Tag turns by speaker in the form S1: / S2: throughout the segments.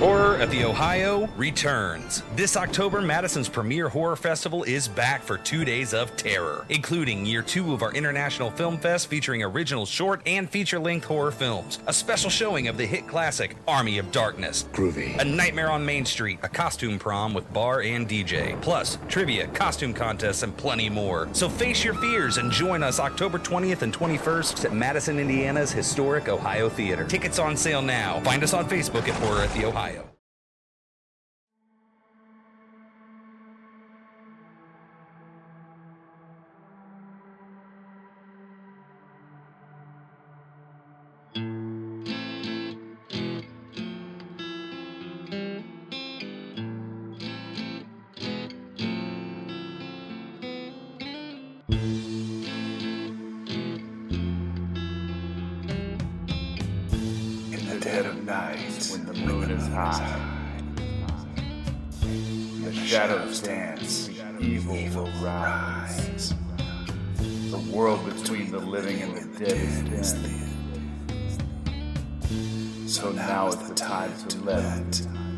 S1: Horror of the Ohio returns. This October, Madison's premier horror festival is back for two days of terror, including year two of our International Film Fest featuring original short and feature length horror films, a special showing of the hit classic Army of Darkness,
S2: Groovy.
S1: A Nightmare on Main Street, a costume prom with bar and DJ, plus trivia, costume contests, and plenty more. So face your fears and join us October 20th and 21st at Madison, Indiana's historic Ohio Theater. Tickets on sale now. Find us on Facebook at Horror at the Ohio.
S3: In the dead of night, when the moon is high, and the shadows dance, evil will rise. The world between the living and the dead is thin. So now is the time to let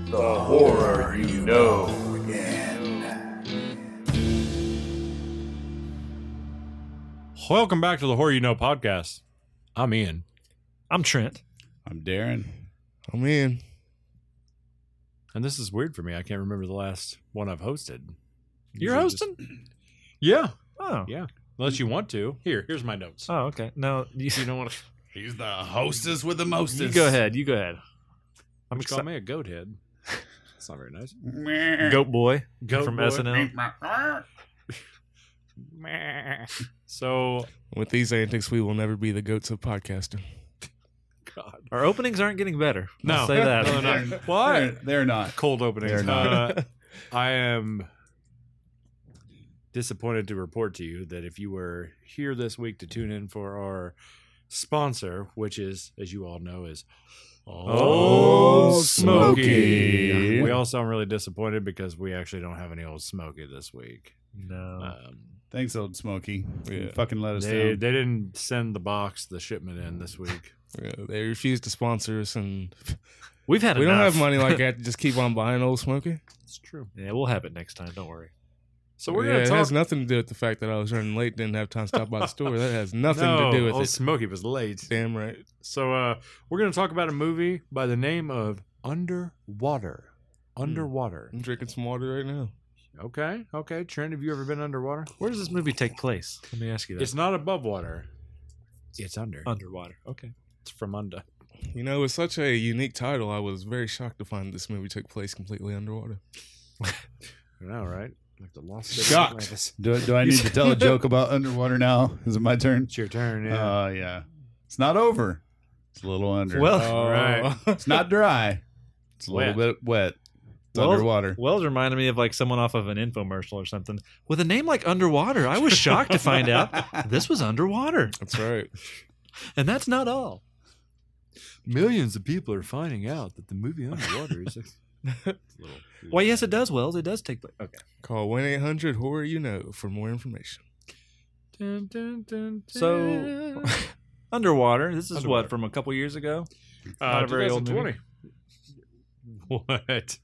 S3: the horror you know in.
S4: Welcome back to the Horror You Know podcast. I'm Ian.
S5: I'm Trent.
S6: I'm Darren.
S2: I'm in.
S4: And this is weird for me. I can't remember the last one I've hosted.
S5: You're
S4: Usually just-
S5: hosting?
S4: yeah.
S5: Oh.
S4: Yeah. Unless you want to. Here, here's my notes.
S5: Oh, okay. No, you, you don't want to.
S6: He's the hostess with the mostest.
S5: You go ahead. You go ahead. I'm
S4: Which call
S5: excited.
S4: me a goat head. That's not very nice.
S5: Goat Boy
S4: Goat
S5: from
S4: boy.
S5: SNL.
S4: So,
S2: With these antics, we will never be the goats of podcasting.
S4: God.
S5: Our openings aren't getting better.
S4: No.
S5: I'll say that.
S4: No, no,
S6: They're-
S4: Why?
S6: They're, they're not.
S4: Cold opening.
S6: They're not.
S4: Uh, I am disappointed to report to you that if you were here this week to tune in for our sponsor, which is, as you all know, is
S5: Old
S6: Smoky.
S4: We all sound really disappointed because we actually don't have any old Smokey this week.
S2: Oh.
S5: No.
S4: Um,
S6: Thanks, old Smokey. You
S2: Yeah.
S6: Fucking let us
S4: they,
S6: down.
S4: they didn't send the box, the shipment in this week.
S2: Yeah, they refuse to sponsor us, and
S5: We've had
S2: we don't
S5: enough.
S2: have money like that to just keep on buying Old Smoky.
S4: It's true.
S5: Yeah, we'll have it next time. Don't worry.
S4: So we're
S2: yeah,
S4: going
S2: it
S4: to talk.
S2: has nothing to do with the fact that I was running late, didn't have time to stop by the store. That has nothing to do with
S4: old
S2: it.
S4: Smokey was late.
S2: Damn right.
S4: So uh, we're going to talk about a movie by the name of Underwater. Underwater.
S2: I'm drinking some water right now.
S4: Okay. Okay. Trent, have you ever been underwater?
S5: Where does this movie take place? Let me ask you that.
S4: It's not above water. It's under.
S5: underwater. Okay.
S4: It's from under.
S2: You know, it's such a unique title. I was very shocked to find this movie took place completely underwater.
S4: I know, right? Like the lost. City of
S2: Shocked.
S4: Atlantis.
S6: do, do I need to tell a joke about underwater now? Is it my turn?
S4: It's your turn. Yeah.
S6: Uh, yeah. It's not over. It's a little under. Oh.
S5: Well,
S4: right.
S6: it's not dry. It's a little bit wet. It's
S5: Well-
S6: underwater.
S5: Wells reminded me of like someone off of an infomercial or something with a name like Underwater. I was shocked to find out this was underwater,
S2: That's right.
S5: and that's not all.
S4: Millions of people are finding out that the movie Underwater is. a little,
S5: Well, yes, it does, Wells. It does take place. Okay.
S2: Call 1 800 Horror You Know for more information.
S5: So, Underwater. This is
S4: Underwater.
S5: what from a couple years ago.
S4: not a very old
S5: 2020.
S4: movie. What?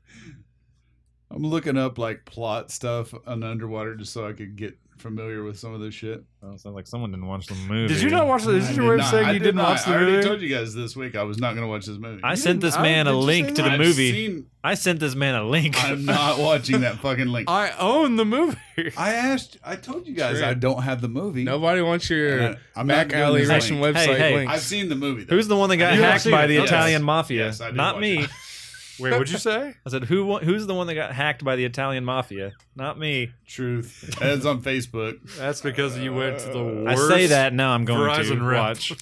S6: I'm looking up like plot stuff on underwater just so I could get familiar with some of this shit.
S5: Oh, sounds like someone didn't watch the movie.
S4: Did you not watch this?
S6: I
S4: Is
S6: did
S4: your way of
S6: not-
S4: saying
S6: I
S4: you
S6: did
S4: didn't
S6: not.
S4: watch the
S6: I
S4: movie?
S6: already told you guys this week I was not going to watch this movie.
S5: I
S4: You
S5: sent
S4: didn't-
S5: this
S4: I-
S5: man a
S4: did you
S5: link
S4: say
S5: to the
S6: I've
S5: movie.
S6: seen-
S5: I sent this man a link.
S6: I'm not watching that fucking link.
S4: I own the movie.
S6: I asked. I told you guys
S2: Sure.
S6: I don't have the movie.
S2: Nobody wants your
S6: And I- I'm
S2: back
S6: not doing
S2: alley
S6: this
S2: Russian
S6: link.
S2: website
S5: hey.
S2: links.
S6: I've seen the movie. Though.
S5: Who's the one that got
S6: You have
S5: hacked
S6: seen
S5: by
S6: it,
S5: the
S6: yes.
S5: Italian mafia?
S6: Yes, I did
S5: not
S6: watch
S5: me.
S6: it.
S4: Wait, what'd you say?
S5: I said, who? wa- Who's the one that got hacked by the Italian mafia? Not me.
S6: truth? That's on Facebook.
S4: That's because you went to the
S5: I
S4: worst.
S5: say that now. I'm going
S4: Verizon
S5: to
S4: rep.
S5: watch.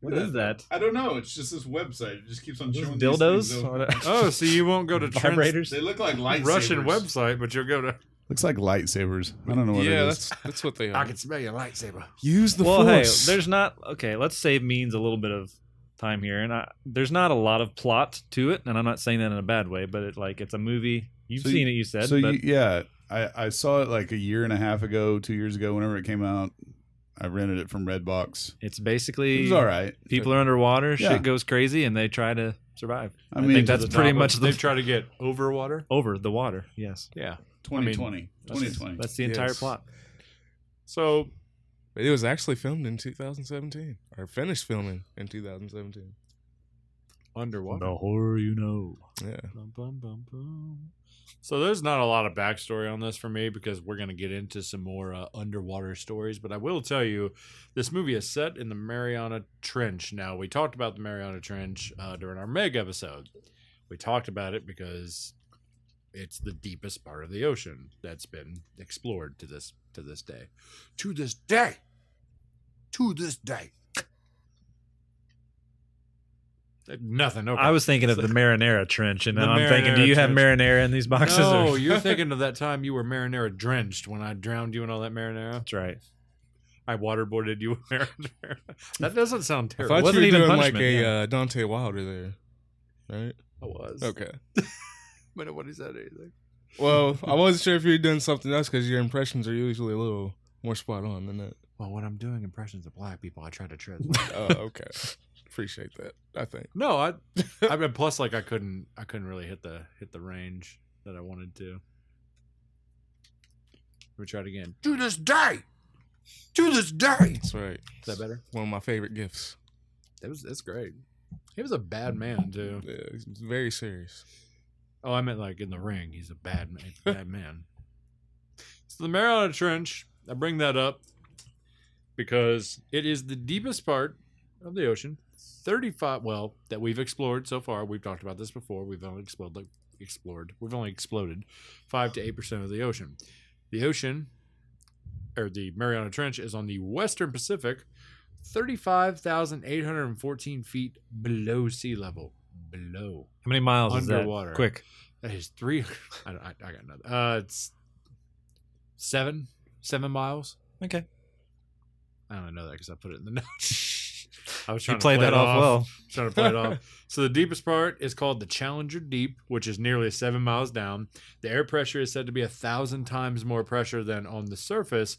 S5: What is that?
S6: I don't know. It's just this website. It just keeps on showing these things
S5: Dildos?
S6: over.
S5: Or what-
S4: Oh, so you won't go to Trent's
S5: Vibrators?
S6: They look like lightsabers.
S4: Russian website, but you'll go to.
S6: Looks like lightsabers. I don't know what
S2: yeah,
S6: it
S2: that's
S6: is.
S2: that's what they are.
S4: smell your lightsaber.
S2: Use the
S5: well, hey,
S2: force.
S5: there's not. Okay, let's save means a little bit of time here, and I, there's not a lot of plot to it, and I'm not saying that in a bad way, but it like it's a movie. You've
S6: So you-
S5: seen it, you said.
S6: so
S5: but
S6: you, yeah, I I saw it like a year and a half ago, two years ago, whenever it came out. I rented it from Redbox.
S5: it's
S6: It
S5: basically
S6: was all right.
S5: people are underwater,
S6: Yeah.
S5: shit goes crazy, and they try to survive.
S6: I
S5: I,
S6: mean,
S5: think
S6: to
S5: that's
S4: the
S5: pretty
S4: top
S5: much
S4: of-
S5: the
S4: They've tried to get over water.
S5: over the water. Yes,
S4: Yeah.
S6: 2020.
S5: That's-
S6: 2020.
S5: That's the entire
S2: Yes.
S5: plot.
S4: So
S2: It was actually filmed in 2017 or finished filming in 2017.
S4: underwater.
S5: horror you know.
S2: Yeah.
S4: Bum, bum, bum, bum. So there's not a lot of backstory on this for me because we're going to get into some more uh, underwater stories. But I will tell you, this movie is set in the Mariana Trench. Now we talked about the Mariana Trench uh, during our Meg episode. We talked about it because it's the deepest part of the ocean that's been explored to this to this day, to this day, to this day. Nothing. Okay.
S5: I was thinking of the marinara trench, and
S4: The
S5: now I'm thinking, do
S4: marinara
S5: you have
S4: trench.
S5: marinara in these boxes?
S4: No,
S5: or-
S4: you're thinking of that time you were marinara drenched when I drowned you in all that marinara.
S5: that's right.
S4: I waterboarded you with marinara. That doesn't sound
S2: I
S4: terrible.
S2: thought
S5: wasn't
S2: you were
S5: even
S2: doing like
S5: punishment,
S2: a
S5: yeah.
S2: uh, Dante Wilder there, right?
S4: I was.
S2: Okay.
S4: But nobody said anything.
S2: Well, I wasn't sure if you were doing something else because your impressions are usually a little more spot on than that.
S4: Well, when I'm doing impressions of black people, I try to tread.
S2: Oh, okay. Appreciate that. I think.
S4: no, I. I mean, plus, like, I couldn't. I couldn't really hit the hit the range that I wanted to. We try it again. To this day, to this day.
S2: That's right.
S4: Is that better?
S2: One of my favorite gifts.
S4: That was. That's great. He was a bad man too.
S2: Yeah, it's very serious.
S4: Oh, I meant like in the ring. He's a bad man. Bad man. So the Mariana Trench. I bring that up because it is the deepest part of the ocean. Thirty-five. Well, that we've explored so far. We've talked about this before. We've only explored like explored. We've only exploded five to eight percent of the ocean. The ocean, or the Mariana Trench, is on the western Pacific, thirty-five thousand eight hundred fourteen feet below sea level. Below.
S5: How many miles
S4: Underwater.
S5: is that? Quick.
S4: That is three. I, I, I got another. Uh, it's seven, seven miles.
S5: Okay.
S4: I don't know that because I put it in the notes. I was trying
S5: You
S4: to
S5: played
S4: play
S5: that
S4: it
S5: off, well.
S4: Trying to play it off. So the deepest part is called the Challenger Deep, which is nearly seven miles down. The air pressure is said to be a thousand times more pressure than on the surface.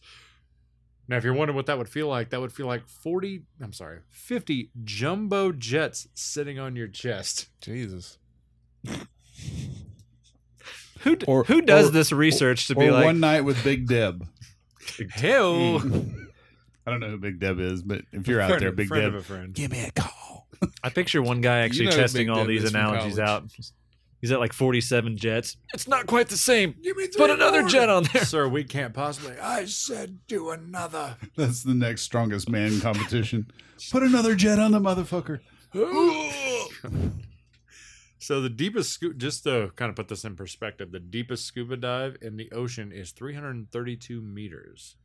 S4: Now, if you're wondering what that would feel like, that would feel like 40, I'm sorry, 50 jumbo jets sitting on your chest.
S2: Jesus.
S5: Who d-
S6: Or-
S5: who does
S6: or-
S5: this research to
S6: or
S5: be like?
S6: one night with Big Deb.
S4: Hell.
S6: I don't know who Big Deb is, but if you're out there, Big
S4: Oh. friend of
S6: Deb,
S4: a friend.
S6: give me a call.
S5: I picture one guy actually
S2: know the
S5: testing
S2: big
S5: all
S2: dip
S5: these
S2: is from
S5: analogies out.
S2: college.
S5: He's at like 47 jets. It's not quite the same. Put another jet on there.
S4: Sir, we can't possibly. I said do another.
S6: That's the next strongest man competition. Put another jet on the motherfucker.
S4: Oh, so the deepest scu- just to kind of put this in perspective, the deepest scuba dive in the ocean is 332 meters.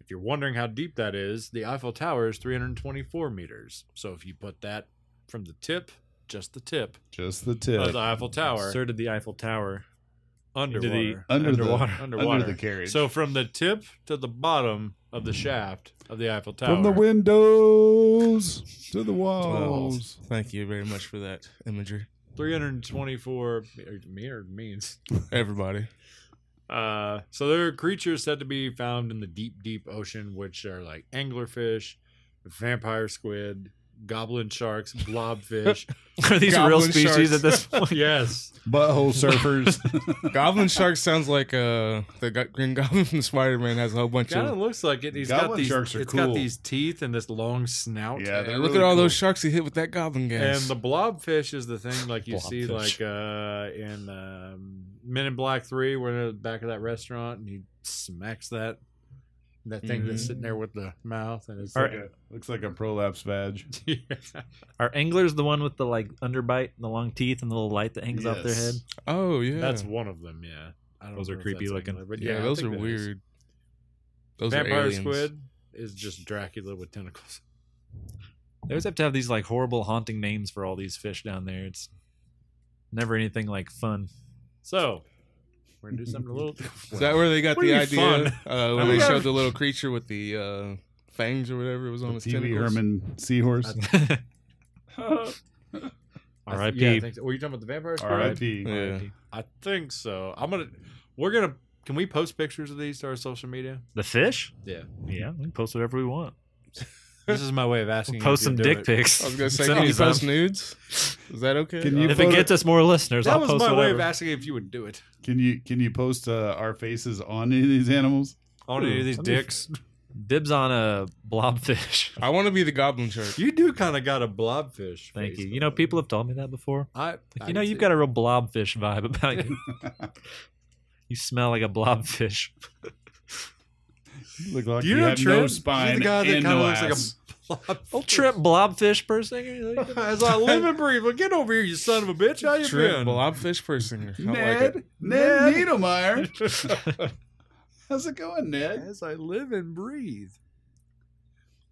S4: If you're wondering how deep that is, the Eiffel Tower is 324 meters. So if you put that from the tip, just the tip
S6: Just the tip.
S4: of the Eiffel Tower
S5: Inserted the Eiffel Tower.
S4: underwater,
S6: under the-
S5: underwater.
S4: underwater,
S6: Under the carriage.
S4: So from the tip to the bottom of
S6: Hmm.
S4: the shaft of the Eiffel Tower,
S6: From the windows to the walls.
S2: Thank you very much for that imagery.
S4: 324 me- mere means.
S2: Everybody.
S4: Uh, so there are creatures said to be found in the deep, deep ocean, which are like anglerfish, vampire squid, goblin sharks, blobfish.
S5: Are these real
S2: Goblin
S5: species
S2: sharks.
S5: at this point?
S4: yes,
S6: Butthole surfers.
S2: Goblin shark sounds like uh the go- Green Goblin from Spider Man has a whole bunch
S4: kind of
S2: of.
S4: looks like it. He's got
S6: Goblin
S4: these.
S6: sharks are
S4: it's
S6: cool.
S4: got these teeth and this long snout.
S6: Yeah, they're
S2: Look
S6: really
S2: at all
S6: cool.
S2: those sharks he hit with that goblin
S4: And
S2: gas.
S4: the blobfish is the thing like you see like
S5: Blobfish.
S4: uh in um, Men in Black 3 where they're at the back of that restaurant and he smacks that that thing that's
S2: Mhm.
S4: sitting there with the mouth and it's
S5: All
S4: like
S5: right.
S4: a-
S6: Looks like a prolapse badge.
S4: Yeah.
S5: Are anglers the one with the like underbite and the long teeth and the little light that hangs off their head?
S6: Yes.
S2: oh yeah.
S4: That's one of them, yeah. I don't
S5: Those are
S4: know if
S5: creepy
S4: that's
S5: looking.
S4: another, but
S2: yeah,
S4: I
S2: those are
S4: think that is.
S2: weird. Those are
S4: Vampire
S2: aliens.
S4: squid is just Dracula with tentacles.
S5: They always have to have these like horrible haunting names for all these fish down there. It's never anything like fun.
S4: So we're gonna do something a little
S2: Is that where they got
S4: What do
S2: the
S4: you
S2: idea
S4: mean
S2: Uh, when
S4: we
S2: they
S4: have-
S2: showed the little creature with the uh, fangs or whatever it was on his
S6: Pee Wee
S2: tentacles?
S6: Herman seahorse.
S5: R.I.P.
S4: Yeah, I think so. Were you talking about the vampire squid?
S6: R.I.P.
S2: Yeah.
S4: I think so. I'm gonna. We're gonna. Can we post pictures of these to our social media?
S5: the fish?
S4: Yeah.
S5: Yeah, we can post whatever we want.
S4: This is my way of asking.
S5: Post
S4: you
S5: some
S4: if you do
S5: dick
S4: it.
S5: pics.
S2: I was gonna say,
S5: Send
S2: can
S5: me
S2: you post
S5: some.
S2: nudes? Is that okay?
S6: Can you
S5: If
S6: photo-
S5: it gets us more listeners,
S4: That
S5: I'll
S4: was
S5: post
S4: my way
S5: whatever.
S4: of asking if you would do it
S6: Can you can you post uh, our faces on any of these animals?
S4: on any of these
S5: Somebody-
S4: dicks.
S5: Dibs on a blobfish.
S2: I want to be the Goblin Shark.
S4: You do kind of got a blobfish.
S5: Thank
S4: face,
S5: you. You know,
S4: though.
S5: people have told me that before.
S4: I,
S5: Like, you know, you've got a real blobfish vibe about you. you smell like a blobfish.
S6: You look like
S4: Do
S6: you,
S4: you know
S6: have
S4: Trent?
S6: no
S4: He's the
S6: spine
S4: guy that
S6: and
S4: kinda
S6: no
S4: looks like a-
S6: ass.
S5: Old trip blobfish person. You're like,
S4: As I live and breathe, well, get over here, you son of a bitch. How you
S2: Trip
S4: been?
S2: blobfish person. I like
S6: Ned,
S2: it.
S6: Ned Niedermeyer. How's it going, Ned?
S4: As I live and breathe.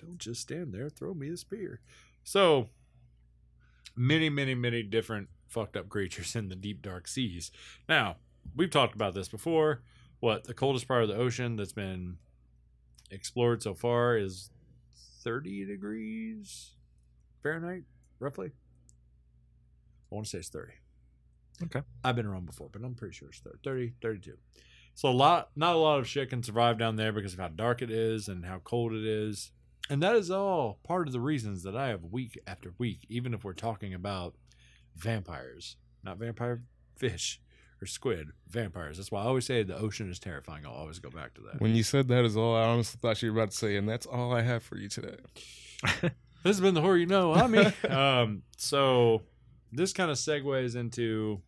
S4: Don't just stand there. Throw me a spear. So, many, many, many different fucked up creatures in the deep, dark seas. Now, we've talked about this before. What, the coldest part of the ocean that's been explored so far is 30 degrees Fahrenheit, roughly? I want to say it's 30.
S5: Okay.
S4: I've been wrong before, but I'm pretty sure it's 30, 30 32. So a lot, not a lot of shit can survive down there because of how dark it is and how cold it is. And that is all part of the reasons that I have week after week, even if we're talking about vampires, not vampire fish or squid, vampires. That's why I always say the ocean is terrifying. I'll always go back to that.
S2: When you said that is all, I honestly thought you were about to say, and that's all I have for you today.
S4: This has been the horror you know. I mean, um, so this kind of segues into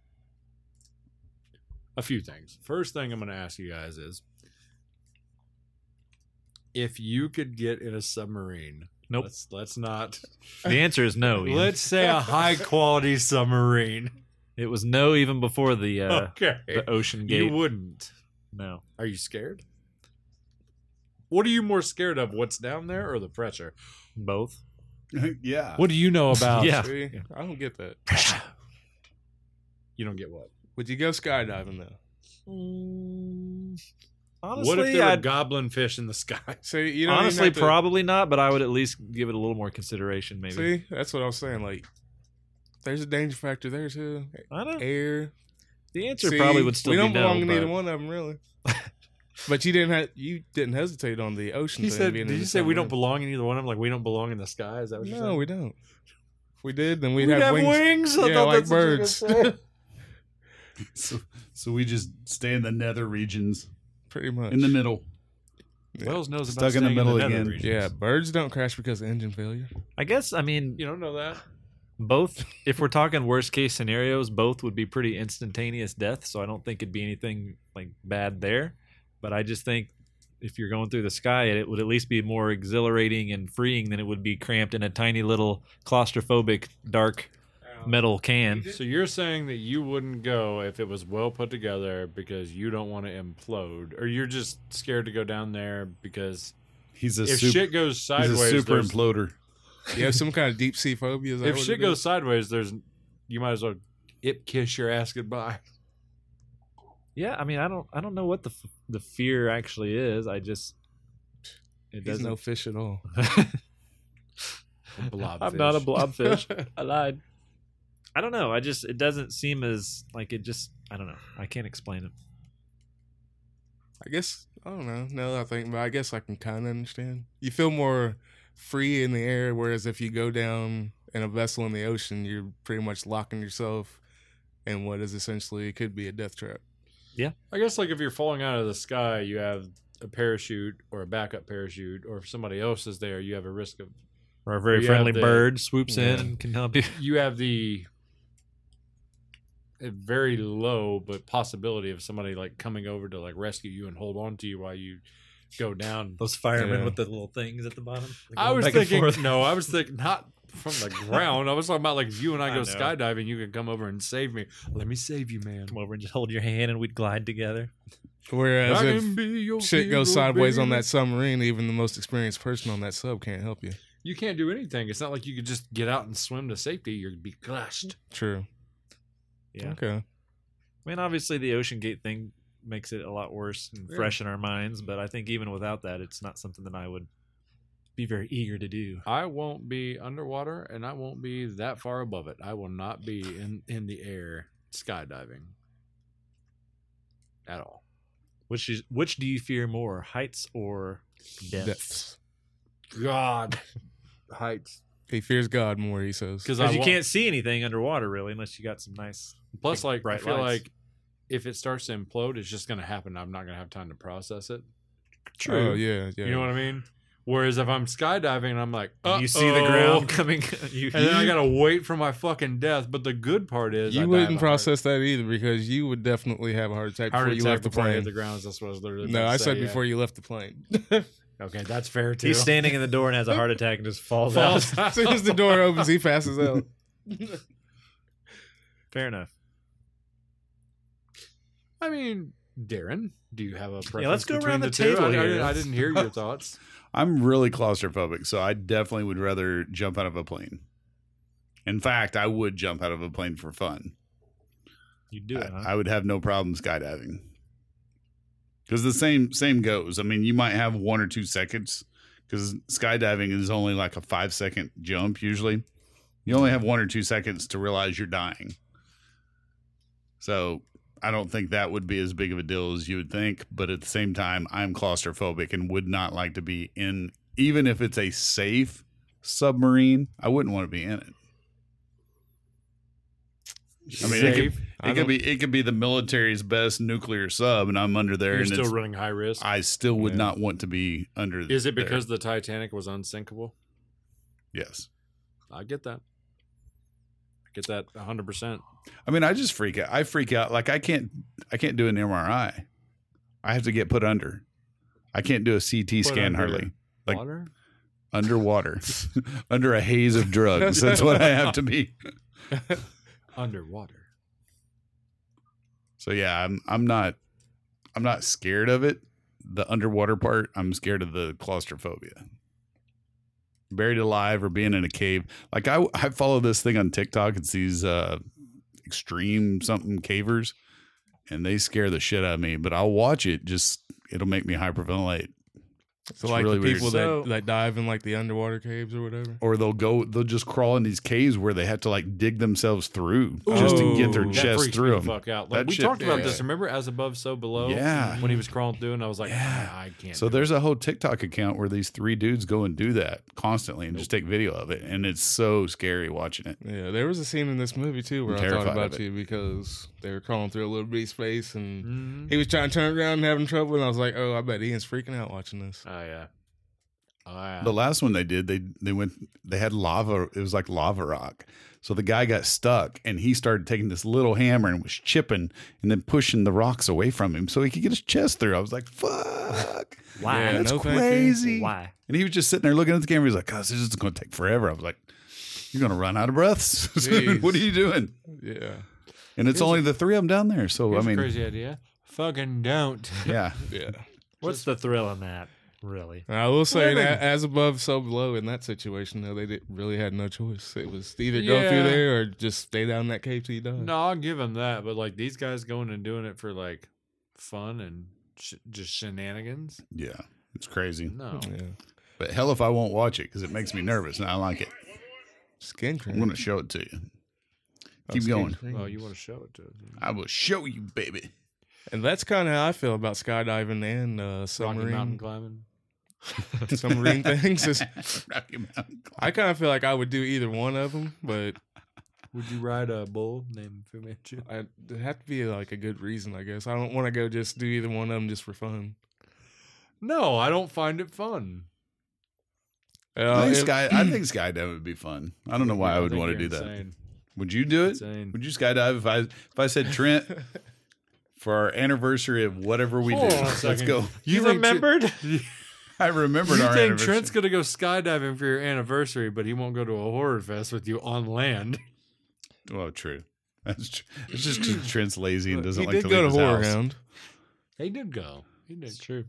S4: a few things. First thing I'm going to ask you guys is if you could get in a submarine.
S5: Nope.
S4: Let's, let's not.
S5: the answer is no. Ian.
S4: Let's say a high quality submarine.
S5: It was no even before the uh,
S2: Oh.
S4: okay.
S5: the ocean
S4: You
S5: gate.
S4: wouldn't.
S5: no.
S4: Are you scared? What are you more scared of? What's down there or the pressure?
S5: Both.
S6: yeah.
S4: What do you know about?
S5: Yeah.
S2: See? I don't get that.
S4: You don't get what?
S2: Would you go skydiving though?
S5: honestly,
S4: what if there
S5: I'd-
S4: were goblin fish in the sky?
S2: So you don't even
S5: honestly
S2: have to-
S5: probably not, but I would at least give it a little more consideration. Maybe.
S2: See, that's what I was saying. Like, there's a danger factor there too.
S5: I don't.
S2: Air.
S5: The answer
S2: See,
S5: probably would still
S2: we
S5: be
S2: don't
S5: no.
S2: belong to neither
S5: but-
S2: one of them really. but you didn't. Ha- you didn't hesitate on the ocean.
S4: He
S2: thing
S4: said,
S2: being
S4: "Did
S2: in
S4: you
S2: the
S4: say we don't
S2: submarine.
S4: belong in either one of them? Like we don't belong in the sky? Is that what you're
S2: No,
S4: saying?
S2: we don't. If we did, then we'd,
S4: We'd
S2: have, wings.
S4: I
S2: Yeah,
S4: thought
S2: like
S4: that's what you were
S2: birds.
S4: gonna say.
S6: So, so we just stay in the nether regions,
S2: Pretty much.
S6: in the middle.
S2: Yeah.
S4: Wells knows about
S6: Stuck in the
S4: staying
S6: middle
S4: nether
S6: again.
S4: regions.
S2: yeah, birds don't crash because of engine failure.
S5: I guess. I mean,
S4: you don't know that.
S5: both. If we're talking worst case scenarios, both would be pretty instantaneous death. So I don't think it'd be anything like bad there. But I just think if you're going through the sky, it would at least be more exhilarating and freeing than it would be cramped in a tiny little claustrophobic dark metal can.
S4: So you're saying that you wouldn't go if it was well put together because you don't want to implode, or you're just scared to go down there because
S6: He's a
S4: if
S6: super,
S4: shit goes
S6: he's a
S4: sideways,
S6: super
S4: there's-
S6: imploder.
S2: You have some kind of deep sea phobia. Is that
S4: if
S2: what
S4: shit
S2: it is?
S4: goes sideways, there's you might as well ip kiss your ass goodbye.
S5: Yeah, I mean, I don't, I don't know what the f- the fear actually is. I just it
S2: He's
S5: doesn't.
S2: no fish at all.
S5: I'm not a
S4: Blobfish.
S5: blobfish. I lied. I don't know. I just it doesn't seem as like it just. I don't know. I can't explain it.
S2: I guess I don't know. Now that I think, but I guess I can kind of understand. You feel more free in the air, whereas if you go down in a vessel in the ocean, you're pretty much locking yourself in what is essentially it could be a death trap.
S4: I guess like if you're falling out of the sky, you have a parachute or a backup parachute, or if somebody else is there, you have a risk of
S5: Or a very
S4: You have
S5: friendly
S4: the-
S5: bird swoops in
S2: Yeah.
S5: and can help you.
S4: you have the a very low but possibility of somebody like coming over to like rescue you and hold on to you while you go down.
S5: Those firemen
S2: Yeah.
S5: with the little things at the bottom.
S4: I was
S5: Back and
S4: thinking
S5: forth.
S4: no, I was thinking not from the ground. I was talking about like if you and I
S5: I
S4: go
S5: know.
S4: skydiving, you can come over and save me. Let me save you, man.
S5: Come over and just hold your hand and we'd glide together.
S2: Whereas
S4: I
S2: if
S4: can be your
S2: shit goes
S4: hero,
S2: sideways on
S4: baby.
S2: that submarine, even the most experienced person on that sub can't help you.
S4: You can't do anything. It's not like you could just get out and swim to safety. You'd be crushed.
S2: True.
S5: Yeah.
S2: Okay.
S5: I mean, obviously the ocean gate thing makes it a lot worse and
S4: Yeah.
S5: fresh in our minds, but I think even without that, it's not something that I would be very eager to do.
S4: I won't be underwater and I won't be that far above it. I will not be in, in the air skydiving at all.
S5: Which is which do you fear more, heights or depths?
S2: Depths.
S4: God.
S7: heights.
S2: He fears God more, he says. Oh,
S4: because
S5: Because you can't see anything underwater really, unless you got some nice.
S4: Plus,
S5: Like
S4: like I
S5: bright
S4: feel
S5: lights.
S4: like if it starts to implode, it's just gonna happen. I'm not gonna have time to process it.
S2: Oh, yeah, yeah.
S4: You know what I mean? Whereas if I'm skydiving, I'm like,
S5: and You see the
S4: "Uh-oh."
S5: ground coming. You,
S4: and then I gotta wait for my fucking death. But the good part is, I die
S2: you
S4: of a
S2: wouldn't
S4: heart-
S2: process that either because you would definitely have a heart attack
S4: heart
S2: before you
S4: attack
S2: left the
S4: before I hit
S2: plane.
S4: the ground. That's what I was literally.
S2: No,
S4: about to
S2: I
S4: say,
S2: said
S4: yeah.
S2: before you left the plane.
S4: Okay, that's fair too.
S5: he's standing in the door and has a heart attack and just falls, out.
S4: Falls
S2: as soon as the door opens, he passes out.
S5: Fair enough.
S4: I mean, Darren, do you have a preference
S5: let's go
S4: between
S5: around the
S4: two?
S5: table
S4: I, I-
S5: here.
S4: I, didn't hear your thoughts.
S6: I'm really claustrophobic, so I definitely would rather jump out of a plane. In fact, I would jump out of a plane for fun.
S5: You do it.
S6: I,
S5: Huh?
S6: I would have no problem skydiving. Because the same same goes. I mean, you might have one or two seconds because skydiving is only like a five second jump usually. You only have one or two seconds to realize you're dying. So I don't think that would be as big of a deal as you would think. But at the same time, I'm claustrophobic and would not like to be in, even if it's a safe submarine, I wouldn't want to be in it. I mean, it could,
S2: I
S6: it could
S2: don't-
S6: be it could be the military's best nuclear sub, and I'm under there,
S4: You're
S6: and
S4: still
S6: it's,
S4: running high risk.
S6: I still would
S2: Yeah.
S6: not want to be under.
S4: Is it
S6: there.
S4: because the Titanic was unsinkable?
S6: yes?
S4: I get that. I get that 100. percent
S6: I mean, I just freak out. I freak out. Like I can't I can't do an MRI. I have to get put under. I can't do a CT scan
S4: under
S6: hardly Like-
S4: Water.
S6: underwater, under a haze of drugs. That's what I have to be.
S4: Underwater.
S6: So yeah, I'm I'm not I'm not scared of it. The underwater part, I'm scared of the claustrophobia. Buried alive or being in a cave. Like I I follow this thing on TikTok. It's these uh extreme something cavers and they scare the shit out of me, but I'll watch it just it'll make me hyperventilate.
S2: So like
S6: really
S2: the
S6: weird.
S2: people
S5: So-
S2: that, that dive in like the underwater caves or whatever.
S6: Or they'll go they'll just crawl in these caves where they have to like dig themselves through just to get their
S4: That
S2: Ooh.
S6: chest
S4: freaks
S6: through
S4: me the
S6: them.
S4: fuck out. Like,
S6: That
S4: we
S6: shit-
S4: talked about
S6: yeah.
S4: this. Remember, as above, so below.
S6: Yeah.
S4: When he was crawling through, and I was like,
S6: Yeah.
S4: "Ah, I can't. do
S6: So
S4: it."
S6: there's a whole TikTok account where these three dudes go and do that constantly and just take video of it, and it's so scary watching it.
S2: Yeah, there was a scene in this movie too where
S6: I'm
S2: I thought
S6: terrified of
S2: about
S6: it.
S2: you because they were crawling through a little bitty space and
S4: Mhm.
S2: he was trying to turn around and having trouble and I was like, oh, I bet Ian's freaking out watching this.
S4: Oh yeah. Oh yeah.
S6: The last one they did, they they went, they had lava. It was like lava rock. So the guy got stuck, and he started taking this little hammer and was chipping, and then pushing the rocks away from him so he could get his chest through. I was like, "Fuck,
S5: Why?
S2: Yeah,
S6: that's
S2: no thank you.
S6: crazy."
S5: Why?
S6: And he was just sitting there looking at the camera. He's like, "Cause this is going to take forever." I was like, "You're going to run out of breaths.
S2: Jeez.
S6: what are you doing?"
S2: Yeah.
S6: And it's
S4: Here's
S6: only the three of them down there. So
S4: Here's
S6: I
S4: a
S6: mean,
S4: crazy idea. Fucking don't.
S6: yeah.
S2: Yeah.
S5: What's the thrill in that? Really?
S2: And I will say
S4: Living.
S2: that as above, so below in that situation though, they did, really had no choice. It was either go
S4: Yeah.
S2: through there or just stay down in that cave till you die.
S4: No, I'll give him that. But like these guys going and doing it for like fun and sh- just shenanigans.
S6: Yeah, it's crazy.
S4: No,
S5: Hmm.
S2: Yeah.
S6: But hell if I won't watch it because it makes me nervous and I like it.
S2: Skin cream.
S6: I'm going to show it to you.
S2: Oh,
S6: Keep
S2: skin
S6: going.
S2: cream.
S4: well, you want to show it to them.
S5: Uh,
S6: I will show you, baby.
S2: And that's kind of how I feel about skydiving and uh,
S4: Rocky Mountain
S2: submarine
S4: climbing.
S2: submarine things. Is,
S6: Rocky Mountain Climb.
S2: I kind of feel like I would do either one of them, but
S4: Would you ride a bull named Fu Manchu?
S2: I, it'd have to be like a good reason, I guess. I don't want to go just do either one of them just for fun.
S4: No, I don't find it fun.
S2: Uh,
S6: I think,
S2: if-
S6: sky, I think skydiving would be fun. I don't know why I would
S4: think
S6: want to
S4: you're
S6: do that.
S4: insane.
S6: Would you do it?
S4: Insane.
S6: Would you skydive if I if I said Trent for our anniversary of whatever we
S4: Hold
S6: do?
S4: on a
S6: Let's
S4: second.
S6: go.
S4: You think Tr- you
S6: I remembered our
S4: think
S6: anniversary.
S4: Trent's gonna go skydiving for your anniversary, but he won't go to a horror fest with you on land?
S6: well, true. That's true. It's just 'cause Trent's lazy and doesn't
S2: he
S6: like
S2: did
S6: to
S2: go to
S6: leave his
S2: Horror
S6: house.
S2: Hound.
S4: He did go. He did.
S5: It's true.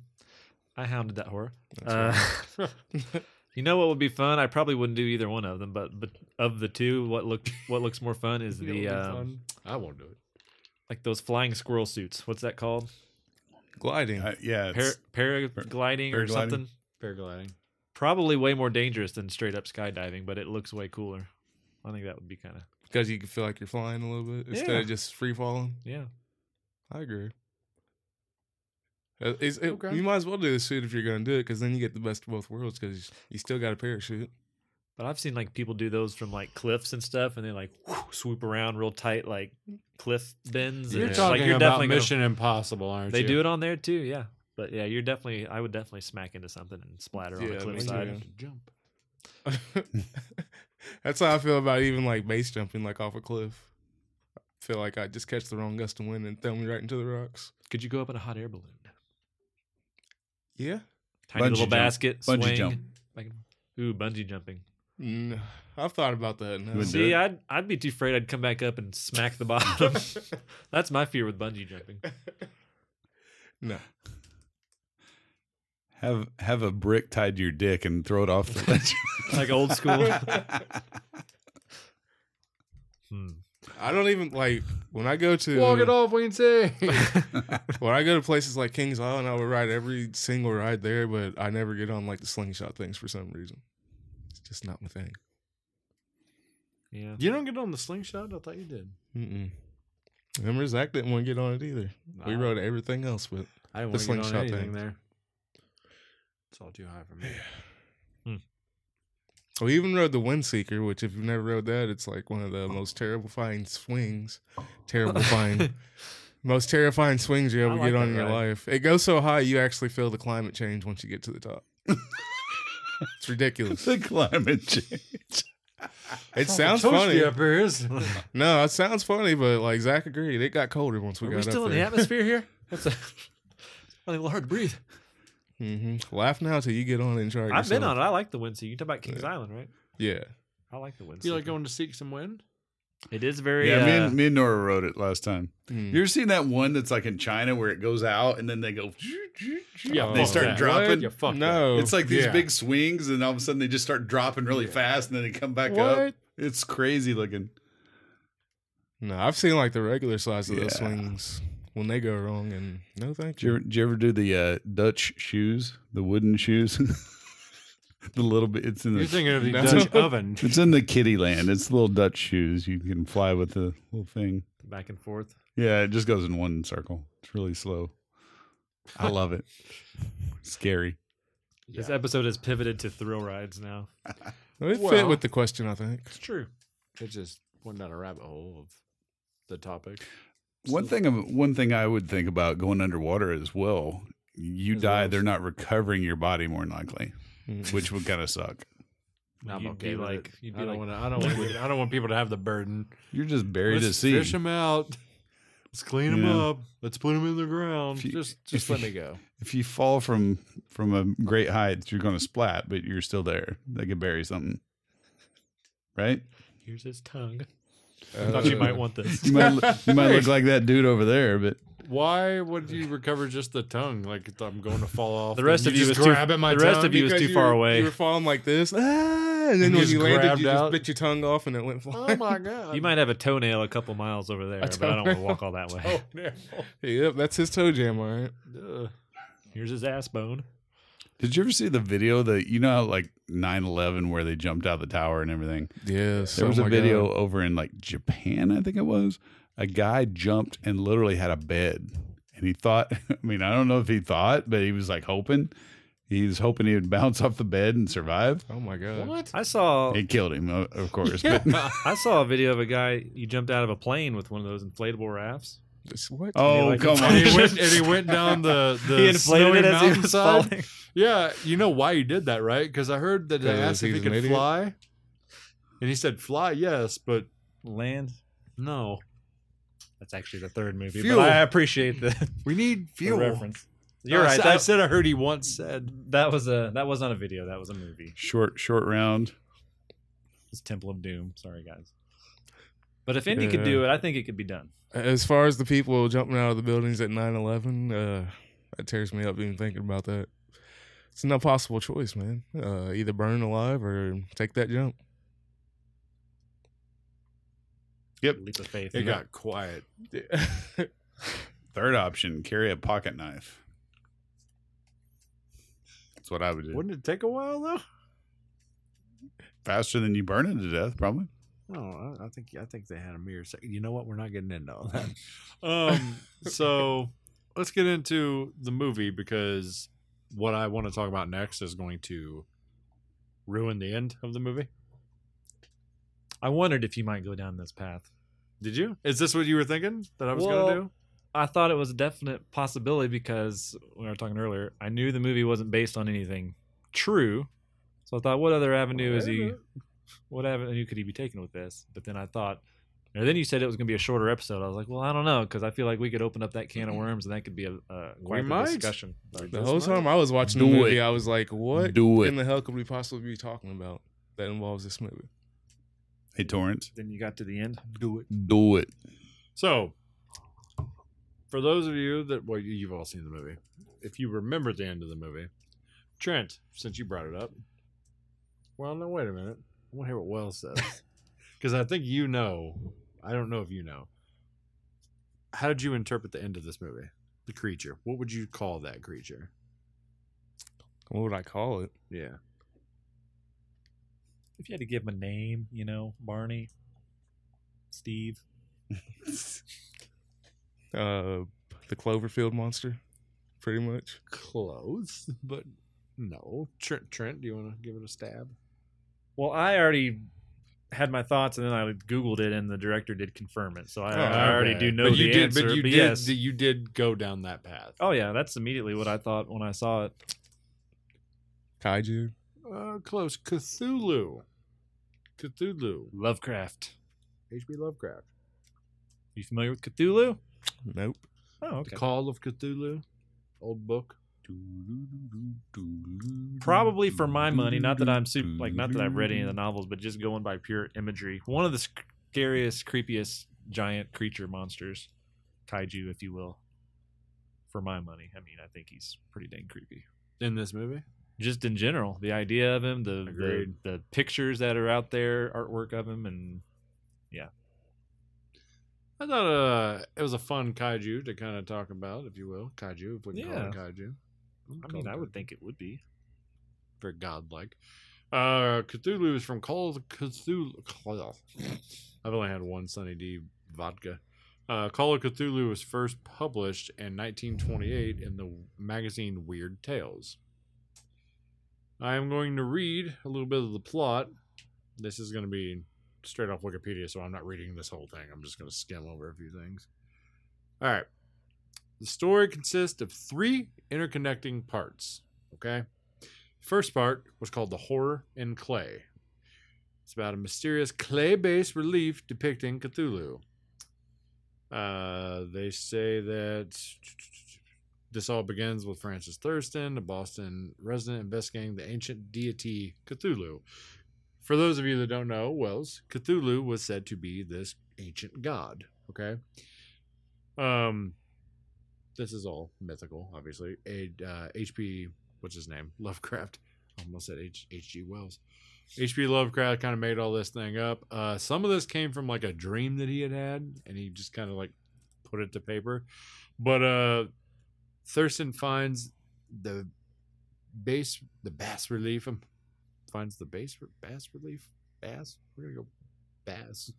S5: I hounded that horror. Uh, you know what would be fun? I probably wouldn't do either one of them, but but of the two, what looked what looks more fun is
S4: You
S5: the
S4: know,
S5: um,
S4: I won't do it.
S5: like those flying squirrel suits. What's that called?
S2: Gliding.
S6: Uh,
S5: Par-
S6: yeah, it's-
S5: paragliding or
S6: paragliding.
S5: something.
S4: Paragliding.
S5: Probably way more dangerous than straight up skydiving, but it looks way cooler. I think that would be kind of
S2: Because you can feel like you're flying a little bit instead
S5: Yeah.
S2: of just free falling.
S5: yeah.
S2: I agree. Uh, is it-
S4: Okay.
S2: You might as well do the suit if you're going to do it because then you get the best of both worlds because you still got a parachute.
S5: But I've seen like people do those from like cliffs and stuff, and they like whoo, swoop around real tight, like cliff bends.
S4: You're
S5: and,
S4: talking
S5: like, you're
S4: about
S5: definitely gonna-
S4: Mission Impossible, aren't
S5: they
S4: you?
S5: do it on there too, yeah. But yeah, you're definitely. I would definitely smack into something and splatter on
S2: Yeah,
S5: the
S2: me
S5: cliffside.
S2: too.
S4: Jump.
S2: That's how I feel about even like base jumping, like off a cliff. I feel like I just catch the wrong gust of wind and throw me right into the rocks.
S5: Could you go up in a hot air balloon?
S2: Yeah.
S5: Tiny
S6: Bungee
S5: little
S6: jump.
S5: basket,
S6: Bungee
S5: swing.
S6: jump.
S5: Like, ooh, bungee jumping.
S2: Mm, I've thought about that.
S6: You
S2: Now.
S6: wouldn't do
S5: See,
S6: it?
S5: I'd I'd be too afraid. I'd come back up and smack the bottom. That's my fear with bungee jumping.
S2: No.
S6: Have have a brick tied to your dick and throw it off the ledge.
S5: Like old school.
S2: I don't even like when I go to
S4: Walk it off, Wednesday.
S2: when I go to places like Kings Island, I would ride every single ride there, but I never get on like the slingshot things for some reason. It's just not my thing.
S5: Yeah.
S4: you don't get on the slingshot? I thought you did.
S2: Mm-mm. Remember, Zach didn't want to get on it either. We
S4: Nah.
S2: rode everything else, but
S4: I didn't
S2: The
S4: want to get on
S2: slingshot
S4: anything
S2: thing.
S4: there. It's all too high for me.
S2: we even rode the Windseeker, which if you've never rode that, it's like one of the most terrifying swings. Terrifying. most terrifying swings you
S5: I
S2: ever
S5: like
S2: get on in
S5: that
S2: your
S5: ride.
S2: life. It goes so high, you actually feel the climate change once you get to the top. it's ridiculous.
S6: the climate change.
S2: It sounds
S4: Toasty
S2: funny.
S4: Oh, up here is.
S2: No, it sounds funny, but like Zach agreed, it got colder once we
S5: Are
S2: got
S5: we still
S2: up
S5: in the atmosphere here? What's that? a little hard to breathe.
S2: there. hmm Laugh now till you get on and try. it
S5: I've been on
S2: yourself.
S5: it. I like the wind. So you talk about Kings Island, right?
S2: Yeah,
S5: I like the wind.
S4: You like going to seek some wind?
S5: it is very.
S6: Yeah, me
S5: uh,
S6: and, me and Nora wrote it last time.
S2: Mm.
S6: You ever seen that one that's like in China where it goes out and then they go?
S5: Oh,
S4: Yeah,
S6: they
S4: fuck
S6: start
S4: that.
S6: dropping.
S4: Yeah, fuck
S2: no,
S6: It's like these
S4: Yeah.
S6: big swings, and all of a sudden they just start dropping really fast, and then they come back up.
S2: What?
S6: It's crazy looking.
S2: no. I've seen like the regular size of those
S6: Yeah.
S2: swings when they go wrong, and no, thank
S6: Did you
S2: you.
S6: ever, did you ever do the uh, Dutch shoes, the wooden shoes? the little bit. It's in
S4: You're
S6: the.
S4: thinking of the
S2: No.
S4: Dutch oven.
S6: It's in the kitty land. It's the little Dutch shoes. You can fly with the little thing.
S5: back and forth.
S6: Yeah, it just goes in one circle. It's really slow. I love it. Scary.
S5: This episode has pivoted to thrill rides now.
S2: It fit
S4: Well-
S2: with the question, I think.
S5: It's true.
S4: It just went down a rabbit hole of the topic.
S6: One thing, I'm- one thing I would think about going underwater as well. You
S4: As
S6: die,
S4: well.
S6: they're not recovering your body more than likely,
S2: Mm.
S6: which would kind of suck.
S4: I'm
S5: You'd
S4: okay
S5: be
S4: with
S5: like-
S4: it.
S5: you'd
S4: I
S5: be
S4: don't
S5: like-
S4: want to. I don't want. I don't want people to have the burden.
S6: You're just buried at
S4: Let's
S6: sea.
S4: fish them out. Let's clean them
S6: Yeah.
S4: up. Let's put them in the ground.
S6: If you-
S4: just, just
S6: if
S4: let
S6: you-
S4: me go.
S6: If you fall from from a great height, you're going to splat, but you're still there. They could bury something, right?
S5: Here's his tongue.
S2: Uh,
S5: Thought you might want this.
S6: You might lo- you might look like that dude over there, but
S4: Why would you recover just the tongue? Like if I'm going to fall off.
S5: The rest
S4: and
S5: of you
S4: just
S5: is too-
S4: grab at my
S5: the rest
S4: tongue?
S5: of you is
S2: because
S5: too
S2: you
S5: far
S2: were-
S5: away.
S2: You were falling like this, ah, and then
S4: You
S2: when
S4: just
S2: you landed,
S4: grabbed
S2: you
S4: out.
S2: just bit your tongue off, and it went
S4: Oh
S2: flying.
S4: my god!
S5: You might have a toenail a couple miles over there, but I don't want to walk all that way.
S4: Oh no!
S2: yep, that's his toe jam. All right,
S4: Ugh.
S5: Here's his ass bone.
S6: Did you ever see the video that you know how like 9/11 where they jumped out of the tower and everything?
S2: yes.
S6: There
S2: oh
S6: was a
S2: my
S6: video
S2: God.
S6: over in like Japan, I think it was. A guy jumped and literally had a bed. And he thought, I mean, I don't know if he thought, but he was like hoping. He was hoping he would bounce off the bed and survive.
S2: Oh my god!
S4: What?
S5: I
S2: Oh.
S5: saw
S6: It killed him, o- of course. But,
S5: I saw a video of a guy he jumped out of a plane with one of those inflatable rafts.
S2: It's- what?
S6: oh,
S5: like-
S6: come
S4: and
S6: on.
S4: he went and he went down the the
S5: he
S4: snowy
S5: inflated it as he was
S4: mountainside.
S5: falling.
S4: Yeah, you know why he did that, right? Because I heard that they
S2: 'Cause
S4: asked if
S2: he's
S4: he
S2: an
S4: could
S2: idiot?
S4: fly, and he said fly, yes, but
S5: Land.
S4: no,
S5: That's actually the third movie,
S4: Fuel.
S5: but I appreciate the,
S4: we need
S5: the
S4: fuel.
S5: reference.
S4: You're
S5: You're right.
S4: I
S5: That,
S4: said I heard he once said
S5: that was a that was not a video. That was a movie.
S6: Short, short round.
S5: It's Temple of Doom. Sorry, guys. But if Indy could do it, I think it could be done.
S2: As far as the people jumping out of the buildings at 9 11, uh, that tears me up even thinking about that. It's an impossible choice, man. Uh, either burn alive or take that jump.
S6: Yep.
S5: Leap of faith.
S4: it got quiet.
S6: Third option carry a pocket knife. That's what I would do.
S4: Wouldn't it take a while though?
S6: Faster than you burn it to death, probably.
S4: No, I, I think I think they had a mere second. You know what? We're not getting into all that. Um, so let's get into the movie because what I want to talk about next is going to ruin the end of the movie.
S5: I wondered if you might go down this path.
S4: Did you? Is this what you were thinking that I was
S5: Well,
S4: going to do?
S5: I thought it was a definite possibility because we were talking earlier. I knew the movie wasn't based on anything true, so I thought, what other avenue is he? What avenue could he be taking with this? But then I thought, and then you said it was going to be a shorter episode. I was like, well, I don't know because I feel like we could open up that can of worms and that could be a, a quite
S4: Mm-hmm. might.
S5: a discussion.
S2: The whole time I was watching the
S6: Do
S2: movie,
S6: it.
S2: I was like, what
S6: Do
S2: in
S6: it.
S2: the hell could we possibly be talking about that involves this movie?
S6: Hey, Torrance.
S5: Then you got to the end.
S4: Do it.
S6: Do it.
S4: So, for those of you that, well, you- you've all seen the movie. If you remember the end of the movie, Trent, since you brought it up, well, no, wait a minute. I want to hear what Wells says. Because I think you know. I don't know if you know. How did you interpret the end of this movie? The creature. What would you call that creature?
S2: What would I call it?
S4: Yeah.
S5: If you had to give him a name, you know, Barney, Steve,
S2: Uh, the Cloverfield monster, pretty much.
S4: Close, but no. Trent, Trent, do you want to give it a stab?
S5: Well, I already had my thoughts, and then I googled it, and the director did confirm it. So I, I already do know
S4: Oh, but
S5: the
S4: you did,
S5: answer.
S4: But you did,
S5: yes.
S4: you did go down that path.
S5: oh yeah, that's immediately what I thought when I saw it.
S2: Kaiju.
S4: Uh, close. Cthulhu. Cthulhu.
S5: Lovecraft.
S4: H.P. Lovecraft.
S5: You familiar with Cthulhu?
S2: Nope.
S5: Oh, okay.
S4: The Call of Cthulhu. Old book.
S5: Probably for my money. Not that I'm super, like, not that I've read any of the novels, but just going by pure imagery, one of the sc- scariest, creepiest giant creature monsters, kaiju, if you will. For my money, I mean, I think he's pretty dang creepy.
S4: In this movie?
S5: just in general, the idea of him, the, the
S4: Agreed.
S5: the pictures that are out there, artwork of him, and
S4: I thought uh, it was a fun kaiju to kind of talk about, if you will. Kaiju, if we can call
S5: Yeah.
S4: it kaiju. I'm
S5: I mean,
S4: calling
S5: I
S4: it
S5: would think it would be.
S4: very godlike. Uh, Cthulhu is from Call of Cthulhu. Call- I've only had one Sunny D vodka. Uh, Call of Cthulhu was first published in 1928 in the magazine Weird Tales. I am going to read a little bit of the plot. This is going to be straight off Wikipedia, so I'm not reading this whole thing. I'm just going to skim over a few things. All right. The story consists of three interconnecting parts. Okay. First part was called The Horror in Clay. It's about a mysterious clay based relief depicting Cthulhu. Uh, they say that this all begins with Francis Thurston, a Boston resident investigating the ancient deity Cthulhu. For those of you that don't know, Wells, Cthulhu was said to be this ancient god. Okay. Um, this is all mythical, obviously. A, uh, H.P what's his name? Lovecraft. Almost said H. H. G. Wells. H.P. Lovecraft kind of made all this thing up. Uh, some of this came from like a dream that he had had, and he just kind of like put it to paper. But uh, Thurston finds the base, the bass relief. Um, finds the base bass relief. Bass. We're gonna go bass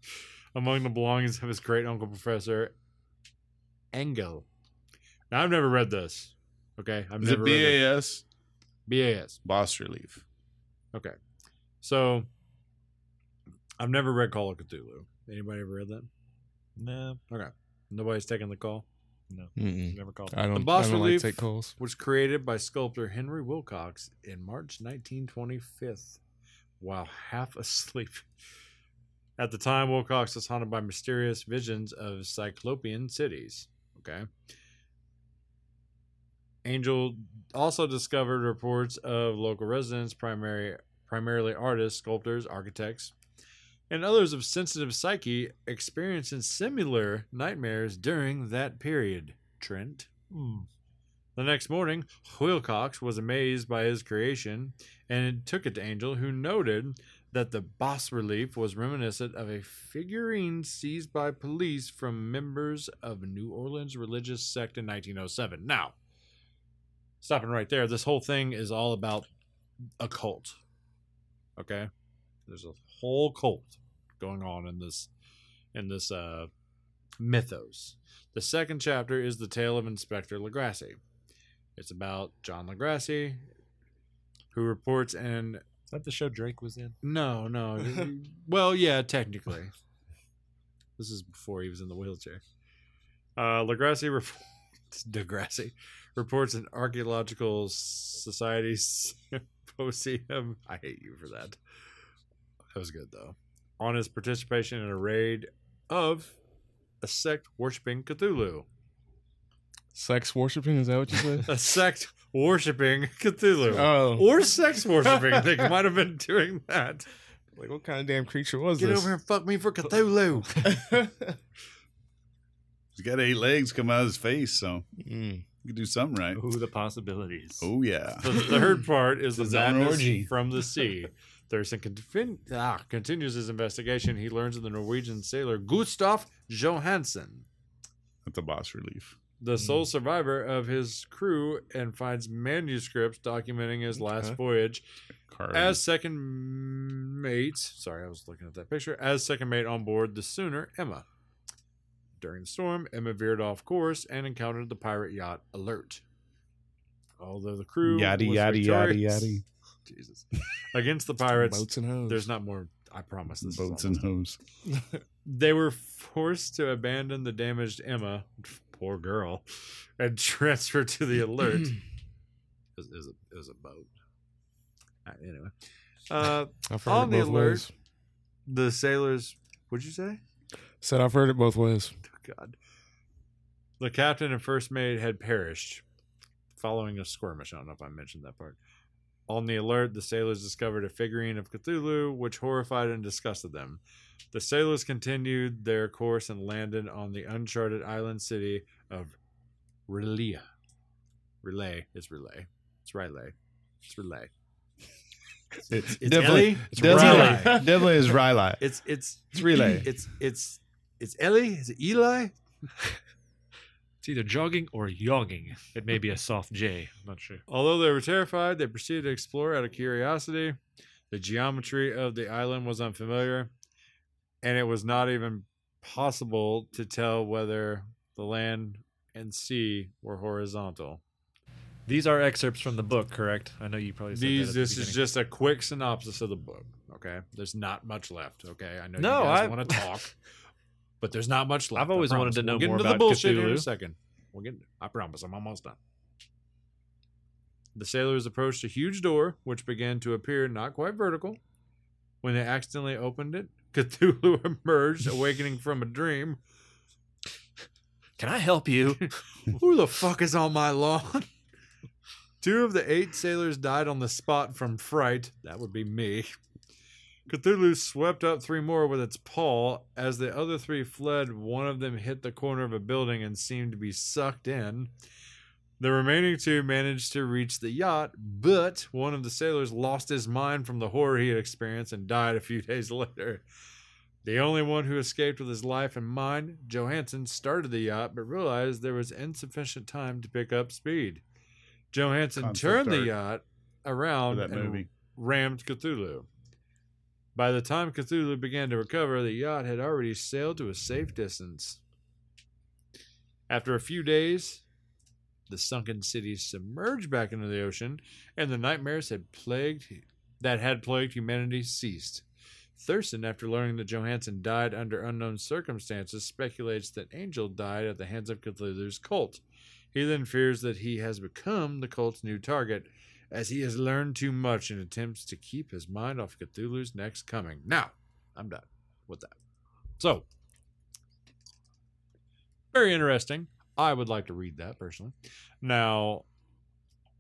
S4: among the belongings of his great uncle Professor Engel. Now I've never read this. Okay, I've
S6: Is
S4: never
S6: it
S4: read this.
S6: BAS?
S4: BAS.
S6: Boss relief.
S4: Okay. So I've never read Call of Cthulhu. Anybody ever read that?
S5: No,
S4: Okay. Nobody's taking the call.
S2: Mm-mm.
S5: never called.
S2: I don't.
S4: boss
S2: I don't
S4: relief-
S2: like take calls.
S4: Was created by sculptor Henry Wilcox in March 1925 while half asleep. At the time, Wilcox was haunted by mysterious visions of Cyclopean cities. Okay. Angel also discovered reports of local residents, primary, primarily artists, sculptors, architects, and others of sensitive psyche experiencing similar nightmares during that period. Trent. The next morning, Wilcox was amazed by his creation and took it to Angel, who noted that the bas relief was reminiscent of a figurine seized by police from members of New Orleans religious sect in 1907. Now, stopping right there, this whole thing is all about a cult. Okay, there's a whole cult going on in this in this uh, mythos. The second chapter is the tale of Inspector Legrassi. It's about John Legrassi, who reports an that the show Drake was in?
S5: No, no. well, yeah, technically. This is before he was in the wheelchair. Uh, Legrassi rep- Degrassi reports an archaeological society symposium. I hate you for that. That was good though. On his participation in a raid of a sect worshiping Cthulhu,
S2: Sex worshiping? Is that what you said?
S5: a sect worshiping Cthulhu,
S2: oh.
S5: or sex worshiping. they might have been doing that.
S2: like, what kind of damn creature was
S5: Get
S2: this?
S5: over and fuck me for Cthulhu.
S6: He's got eight legs come out of his face, so
S2: Mm.
S6: you could do something right.
S4: Ooh, the possibilities.
S6: Oh yeah.
S5: The third part is the
S6: It's an
S5: madness
S6: orgy.
S5: from the sea. Thurston confin- ah, continues his investigation. He learns of the Norwegian sailor Gustav Johansen,
S6: That's a boss relief.
S5: the
S6: Hmm.
S5: sole survivor of his crew, and finds manuscripts documenting his last
S2: Okay.
S5: voyage
S6: Carl.
S5: as second mate. Sorry, I was looking at that picture. As second mate on board the Sooner, Emma. During the storm, Emma veered off course and encountered the pirate yacht Alert. Although the crew
S6: Yaddy,
S5: was
S6: yaddy, yaddy,
S5: victorious-
S6: yaddy.
S5: Jesus. Against the pirates,
S2: Boats and hoes.
S5: there's not more. I promise. This is
S6: boats and
S5: almost-
S6: hose.
S5: They were forced to abandon the damaged Emma, poor girl, and transfer to the Alert. it, was, it was a, it was a boat. Uh, anyway, uh,
S2: I've heard
S5: on
S2: it
S5: the
S2: both
S5: alert.
S2: ways.
S5: the sailors. What'd you say?
S2: Said I've heard it both ways.
S5: Oh, God. The captain and first mate had perished following a skirmish. I don't know if I mentioned that part. On the alert, the sailors discovered a figurine of Cthulhu, which horrified and disgusted them. The sailors continued their course and landed on the uncharted island city of Relia. Relay is relay. It's relay. It's relay.
S6: It's,
S5: It's
S6: definitely,
S5: Ellie. It's
S6: definitely,
S5: Riley.
S6: definitely is Riley.
S5: It's it's
S6: It's relay.
S5: It's it's it's Ellie. Is it Eli?
S4: It's either jogging or yogging. It may be a soft J. I'm not sure.
S5: Although they were terrified, they proceeded to explore out of curiosity. The geometry of the island was unfamiliar, and it was not even possible to tell whether the land and sea were horizontal.
S4: These are excerpts from the book, correct? I know you probably said
S5: These
S4: That at the
S5: this is
S4: beginning.
S5: just a quick synopsis of the book, okay? There's not much left, okay? I know
S4: No,
S5: you guys
S4: I-
S5: want to talk, but there's not much left. I
S4: always wanted
S5: promise.
S4: to know
S5: we'll get
S4: more
S5: into
S4: about
S5: the bullshit here in a
S4: Cthulhu.
S5: second. We'll get I promise I'm almost done. The sailors approached a huge door, which began to appear not quite vertical. When they accidentally opened it, Cthulhu emerged, awakening from a dream.
S4: Can I help you?
S5: Who the fuck is on my lawn? Two of the eight sailors died on the spot from fright. That would be me. Cthulhu swept up three more with its paw. As the other three fled, one of them hit the corner of a building and seemed to be sucked in. The remaining two managed to reach the yacht, but one of the sailors lost his mind from the horror he had experienced and died a few days later. The only one who escaped with his life in mind, Johansen started the yacht but realized there was insufficient time to pick up speed. Johansen
S6: Concept
S5: turned the
S6: art
S5: yacht around
S6: that
S5: and
S6: movie.
S5: rammed Cthulhu. By the time Cthulhu began to recover, the yacht had already sailed to a safe distance. After a few days, the sunken city submerged back into the ocean, and the nightmares had plagued that had plagued humanity ceased. Thurston, after learning that Johansen died under unknown circumstances, speculates that Angel died at the hands of Cthulhu's cult. He then fears that he has become the cult's new target, as he has learned too much and attempts to keep his mind off Cthulhu's next coming. Now, I'm done with that. So, very interesting. I would like to read that personally. Now,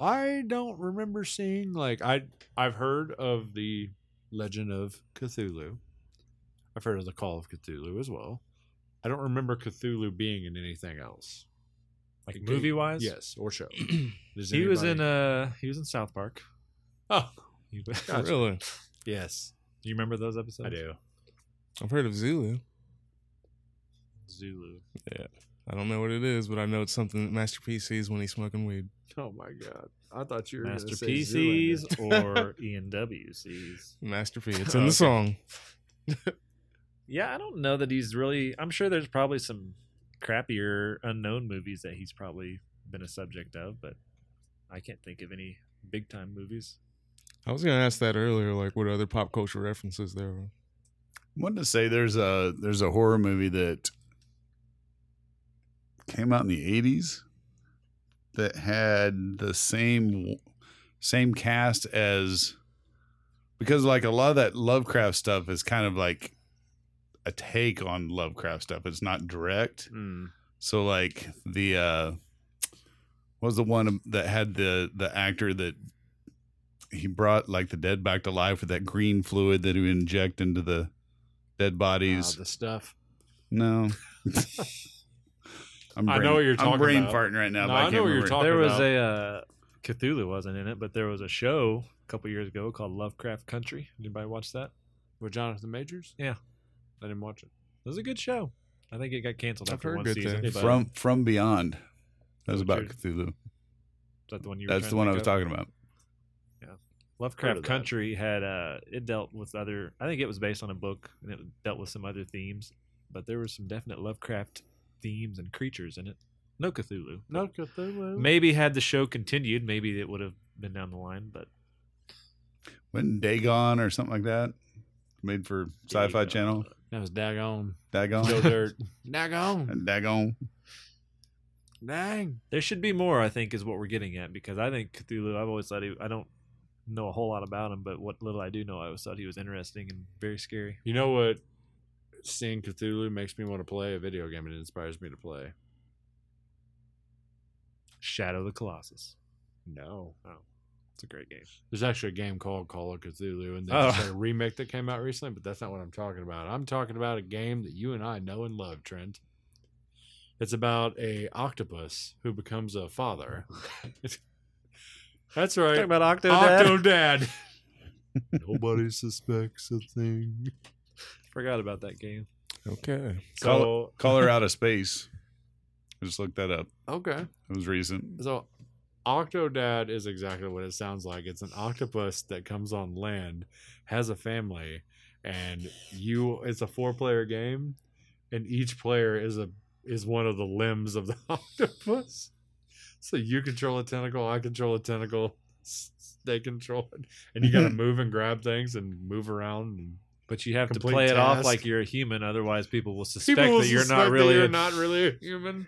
S5: I don't remember seeing like I I've heard of the Legend of Cthulhu. I've heard of the Call of Cthulhu as well. I don't remember Cthulhu being in anything else.
S4: like movie wise?
S5: Yes, or show. Does
S4: He was in
S5: anybody-
S4: uh he was in South Park.
S5: Oh,
S4: He- do
S2: Really?
S5: yes.
S4: you remember those episodes?
S2: I've heard of Zulu.
S4: Zulu.
S2: I don't know what it is, but I know it's something that Master P sees when he's smoking weed.
S5: Oh my god. I thought you were
S4: Master
S5: P C's.
S4: PCs or E ENWCs.
S2: Master P. It's
S4: Oh,
S2: in
S4: okay.
S2: the song.
S4: Yeah, I don't know that he's really. I'm sure there's probably some crappier unknown movies that he's probably been a subject of, but I can't think of any big time movies.
S2: I was gonna ask that earlier, like what other pop culture references there were.
S6: wanted to say there's a there's a horror movie that came out in the 80s that had the same same cast as because like a lot of that Lovecraft stuff is kind of like a take on Lovecraft stuff. It's not direct.
S5: Hmm.
S6: So like the uh what was the one that had the the actor that he brought like the dead back to life with that green fluid that he would inject into the dead bodies.
S4: the stuff.
S6: no. I'm
S4: I know what you're
S6: I'm
S4: talking
S6: brain
S4: about.
S6: farting right now.
S4: No,
S6: but
S4: I
S6: I,
S4: know
S6: can't
S4: what you're
S6: remember.
S4: talking
S5: there was
S4: about.
S5: a uh, Cthulhu wasn't in it, but there was a show a couple years ago called Lovecraft Country. Anybody watch that?
S4: with Jonathan Majors.
S5: Yeah.
S4: I didn't watch it.
S5: It was a good show. I think it got canceled
S2: I've
S5: after
S2: heard
S5: one
S2: good
S5: season.
S2: things.
S5: but-
S6: From from beyond. That was
S5: What
S6: about
S5: you're-
S6: Cthulhu.
S5: is that the one you were trying
S6: That's the
S5: to
S6: one I
S5: think
S6: was
S5: of?
S6: talking about.
S5: Lovecraft
S6: of that.
S5: Country had uh it dealt with other I think it was based on a book and it dealt with some other themes, but there were some definite Lovecraft themes and creatures in it. No Cthulhu.
S4: No Cthulhu.
S5: Maybe had the show continued, maybe it would have been down the line, but
S6: When Dagon or something like that. Made for Sci Fi
S5: Dagon.
S6: Channel.
S4: that was Dagon. Joe
S6: Dagon.
S4: Dirt. Dagon.
S6: Dagon.
S4: Dang.
S5: there should be more, I think, is what we're getting at because I think Cthulhu I've always thought he I don't know a whole lot about him, but what little I do know I always thought he was interesting and very scary.
S4: You know what? Seeing Cthulhu makes me want to play a video game. It inspires me to play.
S5: Shadow of the Colossus.
S4: No. Oh.
S5: It's a great game.
S4: There's actually a game called Call of Cthulhu, and
S5: Oh.
S4: there's a remake that came out recently, but that's not what I'm talking about. I'm talking about a game that you and I know and love, Trent. It's about a octopus who becomes a father. that's right.
S5: about Octodad.
S4: Octodad. Nobody suspects a thing.
S5: Forgot about that game.
S2: Okay.
S5: So
S6: Color out of space. I just looked that up.
S4: Okay.
S6: It was recent.
S4: So Octodad is exactly what it sounds like. It's an octopus that comes on land, has a family, and you it's a four player game, and each player is a is one of the limbs of the octopus. So you control a tentacle, I control a tentacle, s- they control it. And you gotta move and grab things and move around and
S5: But you have to
S4: complete
S5: play it off
S4: task.
S5: like you're a human, otherwise people will suspect
S4: People will
S5: that you're
S4: suspect
S5: not really.
S4: you're
S5: a-
S4: not really a human.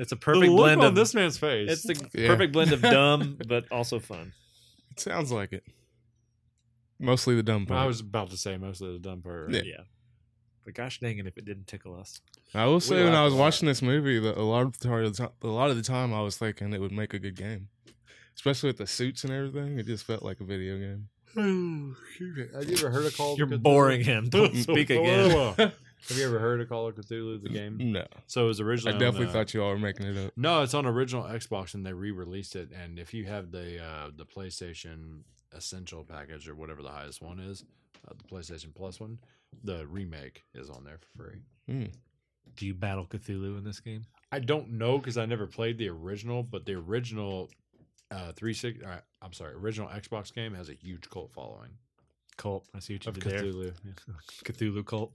S5: It's a
S4: The
S5: perfect
S4: look
S5: blend
S4: on
S5: of
S4: this man's face.
S5: It's the
S2: Yeah.
S5: perfect blend of dumb but also fun.
S2: It sounds like it. Mostly the dumb part.
S4: I was about to say most of the dumb part.
S2: Yeah.
S5: But gosh dang it, if it didn't tickle us,
S2: I will say when
S4: laughed
S2: I was
S4: a lot.
S2: watching this movie, that a lot of the time, a lot of the time, I was thinking it would make a good game, especially with the suits and everything. It just felt like a video game.
S4: Have you ever heard of Call of
S5: you're
S4: Cthulhu?
S5: boring him. Don't speak again.
S4: Mm. Whoa. Have you ever heard of Call of Cthulhu, the game?
S2: No,
S4: So it was
S2: I
S4: originally. on,
S2: definitely
S4: uh,
S2: thought you all were making it up.
S4: No, it's on original Xbox, and they re-released it. And if you have the uh, the PlayStation Essential package or whatever the highest one is, uh, the PlayStation Plus one, the remake is on there for free.
S5: Do you battle Cthulhu in this game?
S4: I don't know because I never played the original, but the original uh, three six. Uh, I'm sorry, original Xbox game has a huge cult following
S5: Cult. I see what you
S4: of
S5: did
S4: Cthulhu. Yeah,
S5: there. Cthulhu cult.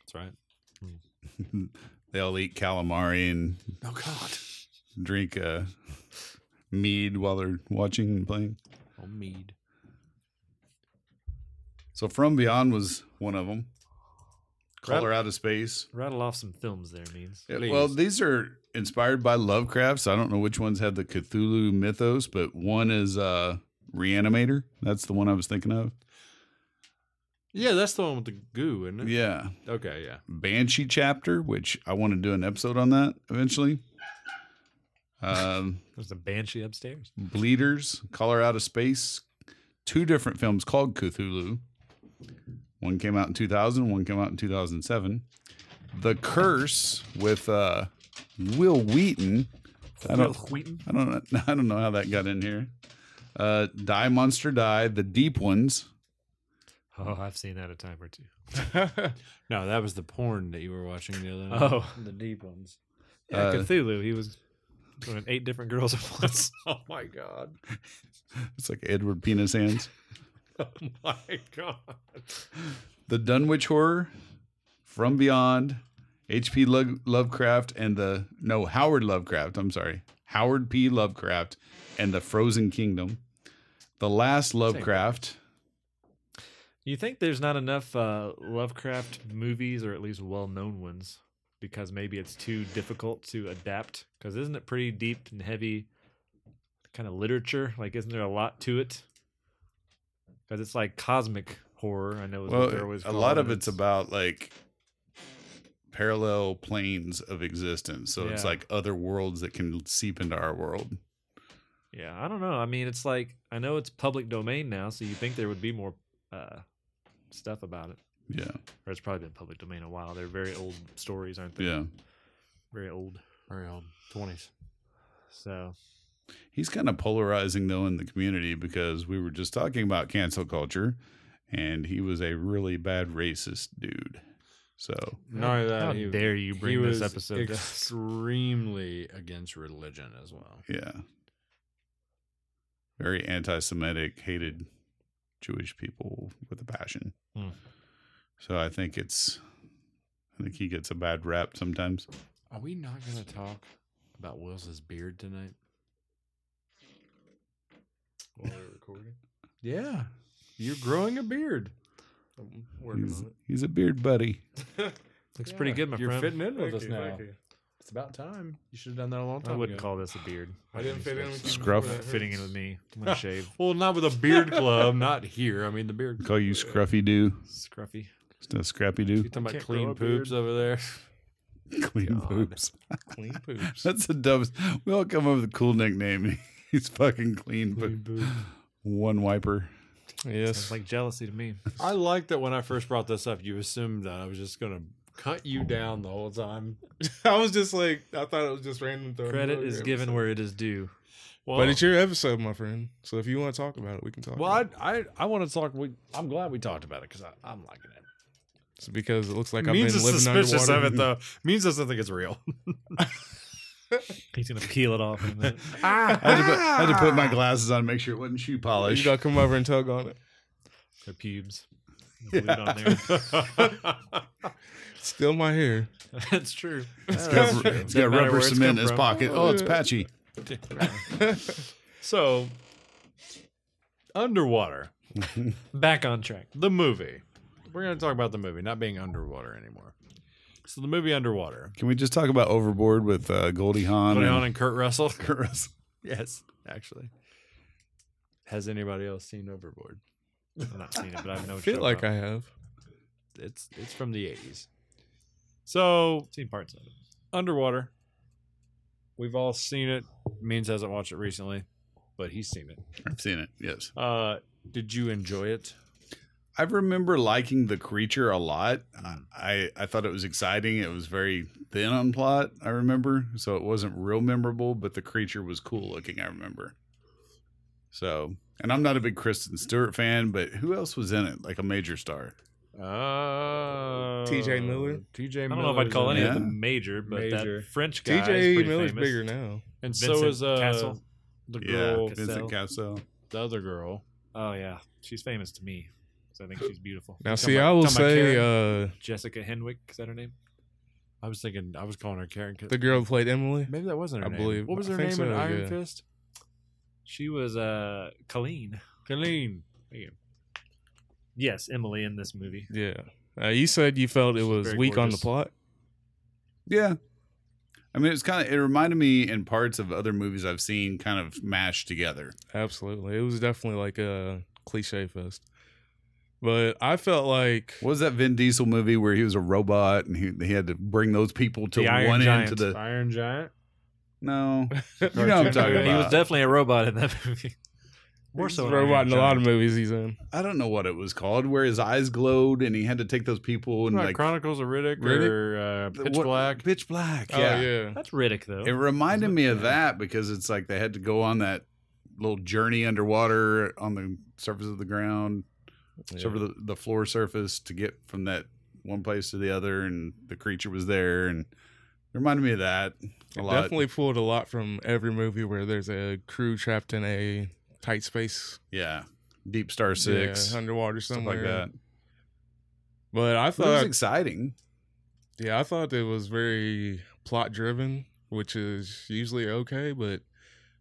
S4: that's right.
S6: they all eat calamari and
S4: Oh God.
S6: drink uh, mead while they're watching and playing.
S4: Oh mead.
S6: So From Beyond was one of them. Color out of space.
S5: Rattle off some films there means.
S6: Yeah,
S4: Please.
S6: well, these are inspired by Lovecraft. So I don't know which ones have the Cthulhu mythos, but one is uh, Reanimator. That's the one I was thinking of.
S4: Yeah, that's the one with the goo, isn't it?
S6: Yeah.
S4: Okay, yeah.
S6: Banshee chapter, which I want to do an episode on that eventually. Um,
S5: There's a banshee upstairs.
S6: Bleeders, Color Out of Space, two different films called Cthulhu. One came out in 2000, one came out in 2007. The Curse with uh, Will Wheaton. I
S5: Will
S6: don't,
S5: Wheaton.
S6: I don't, know- I don't know how that got in here. Uh, Die Monster Die, The Deep Ones.
S5: Oh, I've seen that a time or two.
S4: No, that was the porn that you were watching the other night.
S5: Oh,
S4: the deep ones.
S5: yeah,
S6: Uh,
S5: Cthulhu. He was doing eight different girls at once.
S4: Oh my god.
S6: It's like Edward Penis Hands.
S4: Oh my god.
S6: The Dunwich Horror, From Beyond, H.P. Lo- Lovecraft, and the no Howard Lovecraft. I'm sorry, Howard P. Lovecraft and the Frozen Kingdom. The last Lovecraft.
S5: You think there's not enough uh, Lovecraft movies, or at least well-known ones, because maybe it's too difficult to adapt? Because isn't it pretty deep and heavy, kind of literature? Like, isn't there a lot to it? Because it's like cosmic horror. I know. Is what they're
S6: Well,
S5: always
S6: a lot
S5: calling
S6: of
S5: it.
S6: it's about like parallel planes of existence. So it's
S5: Yeah.
S6: like other worlds that can seep into our world.
S5: Yeah, I don't know. I mean, it's like I know it's public domain now, so you think there would be more uh, stuff about it.
S6: Yeah.
S5: Or it's probably been public domain a while. They're very old stories, aren't they?
S6: Yeah.
S5: Very old.
S4: Very old. 20s.
S5: So
S6: He's kind of polarizing though in the community because we were just talking about cancel culture and he was a really bad racist dude. So
S4: Not only that,
S5: how
S4: uh, he,
S5: dare you
S4: he
S5: bring this
S4: was
S5: episode to us.
S4: extremely against religion as well.
S6: yeah. Very anti Semitic, hated Jewish people with a passion.
S5: Hmm.
S6: So I think it's I think he gets a bad rap sometimes.
S4: Are we not going to talk about Will's beard tonight?
S2: While we're recording,
S4: Yeah. You're growing a beard.
S2: I'm working
S6: He's,
S2: on it.
S6: he's a beard buddy.
S5: Looks pretty good, my
S4: You're
S5: friend.
S4: fitting in with
S2: Thank
S4: us
S2: you,
S4: now.
S2: thank you.
S4: It's about time. You should have done that a long time
S5: I wouldn't
S4: ago.
S5: call this a beard.
S2: I didn't fit in with you.
S6: Scruff.
S2: before that
S5: Fitting in
S2: hurts.
S5: with me. I'm gonna shave.
S4: Well, not with a beard club. not here. I mean, the beard.
S6: Call you Scruffy Doo
S5: Scruffy.
S6: instead of Scrappy
S4: You
S6: Doo.
S4: talking about
S5: Can't
S4: clean
S5: grow a
S4: poops over there?
S6: Clean
S4: God.
S6: boobs.
S2: Clean poops.
S6: That's the dumbest. We all come up with a cool nickname. He's fucking clean, but one wiper.
S5: It's
S2: yes.
S5: like jealousy to me.
S4: I like that when I first brought this up, you assumed that I was just going to cut you down the whole time.
S2: I was just like, I thought it was just random. throwing
S5: Credit
S2: it
S5: is
S2: every
S5: given
S2: time.
S5: where it is due.
S4: Well,
S2: But it's your episode, my friend. So if you want to talk about it, we can talk.
S4: well,
S2: about
S4: I
S2: it.
S4: I, I want to talk. We, I'm glad we talked about it because I'm liking it.
S2: It's because it looks like I've been
S4: Means is
S2: living
S4: suspicious
S2: underwater.
S4: of it though. Means doesn't think it's real.
S5: He's gonna peel it off. In a minute.
S6: I had, to put, I had to put my glasses on, make sure it wasn't shoe
S2: You
S6: polish.
S2: gotta come over and tug on it.
S5: The pubes. Glued on there.
S2: Still my hair.
S5: That's true.
S6: It's got, it's got
S5: Doesn't matter
S6: rubber
S5: where it's
S6: cement in
S5: come
S6: his
S5: from.
S6: pocket. Oh, it's patchy.
S4: so, underwater,
S5: Back on track.
S4: the movie. We're going to talk about the movie, not being underwater anymore. So the movie Underwater.
S6: Can we just talk about Overboard with uh, Goldie Hawn?
S4: Tony
S6: and-
S4: Hahn and Kurt Russell. Kurt Russell. Yes, actually. Has anybody else seen Overboard?
S5: I've not seen it, but I've no.
S2: I feel like I have.
S4: It's it's from the eighties. So
S5: seen parts of it.
S4: underwater. We've all seen it. Means hasn't watched it recently, but he's seen it.
S6: I've seen it. Yes,
S4: Uh, did you enjoy it?
S6: I remember liking the creature a lot.
S5: Hmm.
S6: I I thought it was exciting. It was very thin on plot. I remember, so it wasn't real memorable, but the creature was cool looking. I remember. So, and I'm not a big Kristen Stewart fan, but who else was in it? Like a major star.
S4: Uh,
S2: T.J. Miller?
S4: TJ.
S5: I don't know if I'd call any
S6: Yeah.
S5: of them major, but
S4: Major.
S5: that French guy. is
S2: TJ
S5: pretty
S2: Miller's
S5: famous.
S2: bigger now.
S4: And so
S5: Vincent
S4: is uh,
S5: Cassel.
S4: the
S6: yeah,
S4: girl,
S6: Vincent Cassel.
S4: the other girl.
S5: Oh yeah, she's famous to me. 'cause I think she's beautiful.
S2: Now,
S5: You
S2: see,
S5: talking
S2: I will
S5: talking
S2: say
S5: Karen?
S2: uh,
S5: Jessica Henwick is that her name?
S4: I was thinking I was calling her Karen. 'cause-
S2: the girl who played Emily.
S4: maybe that wasn't her
S2: I
S4: name.
S2: believe-
S4: What was
S2: I
S4: her
S2: think
S4: name
S2: so,
S4: in Iron
S2: yeah.
S4: Fist?
S5: She was uh Colleen.
S4: Colleen.
S5: Yes, Emily in this movie.
S2: Yeah. Uh, you said you felt it was
S5: very
S2: weak on the
S5: gorgeous.
S2: plot.
S6: Yeah. I mean, it's kind of, it reminded me in parts of other movies I've seen kind of mashed together.
S2: Absolutely, it was definitely like a cliche fest. But I felt like
S6: What was that Vin Diesel movie where he was a robot and he, he had to bring those people to
S5: The Iron
S6: one end to
S5: Giant.
S6: the.
S4: Iron Giant.
S6: No. You know what I'm talking
S5: he was
S6: about.
S5: definitely a robot in that movie. More
S2: he's
S5: so,
S2: a
S5: than
S2: robot
S5: Iron
S2: in a lot of
S5: Giant.
S2: movies he's in.
S6: I don't know what it was called, where his eyes glowed and he had to take those people and
S4: Like,
S6: like.
S4: Chronicles of Riddick,
S6: Riddick?
S4: or uh,
S6: the-
S4: Pitch
S6: what-
S4: Black.
S6: Pitch Black.
S2: Oh
S6: Yeah.
S2: yeah,
S5: That's Riddick though.
S6: It reminded me of that because it's like they had to go on that little journey underwater on the surface of the ground.
S2: Yeah.
S6: over the, the floor surface to get from that one place to the other and the creature was there and it reminded me of that a
S2: It
S6: lot
S2: definitely pulled a lot from every movie where there's a crew trapped in a tight space,
S6: yeah deep star six
S2: yeah, underwater
S6: stuff
S2: somewhere
S6: like that
S2: But I
S6: it was
S2: thought,
S6: exciting
S2: yeah, I thought it was very plot driven, which is usually okay. But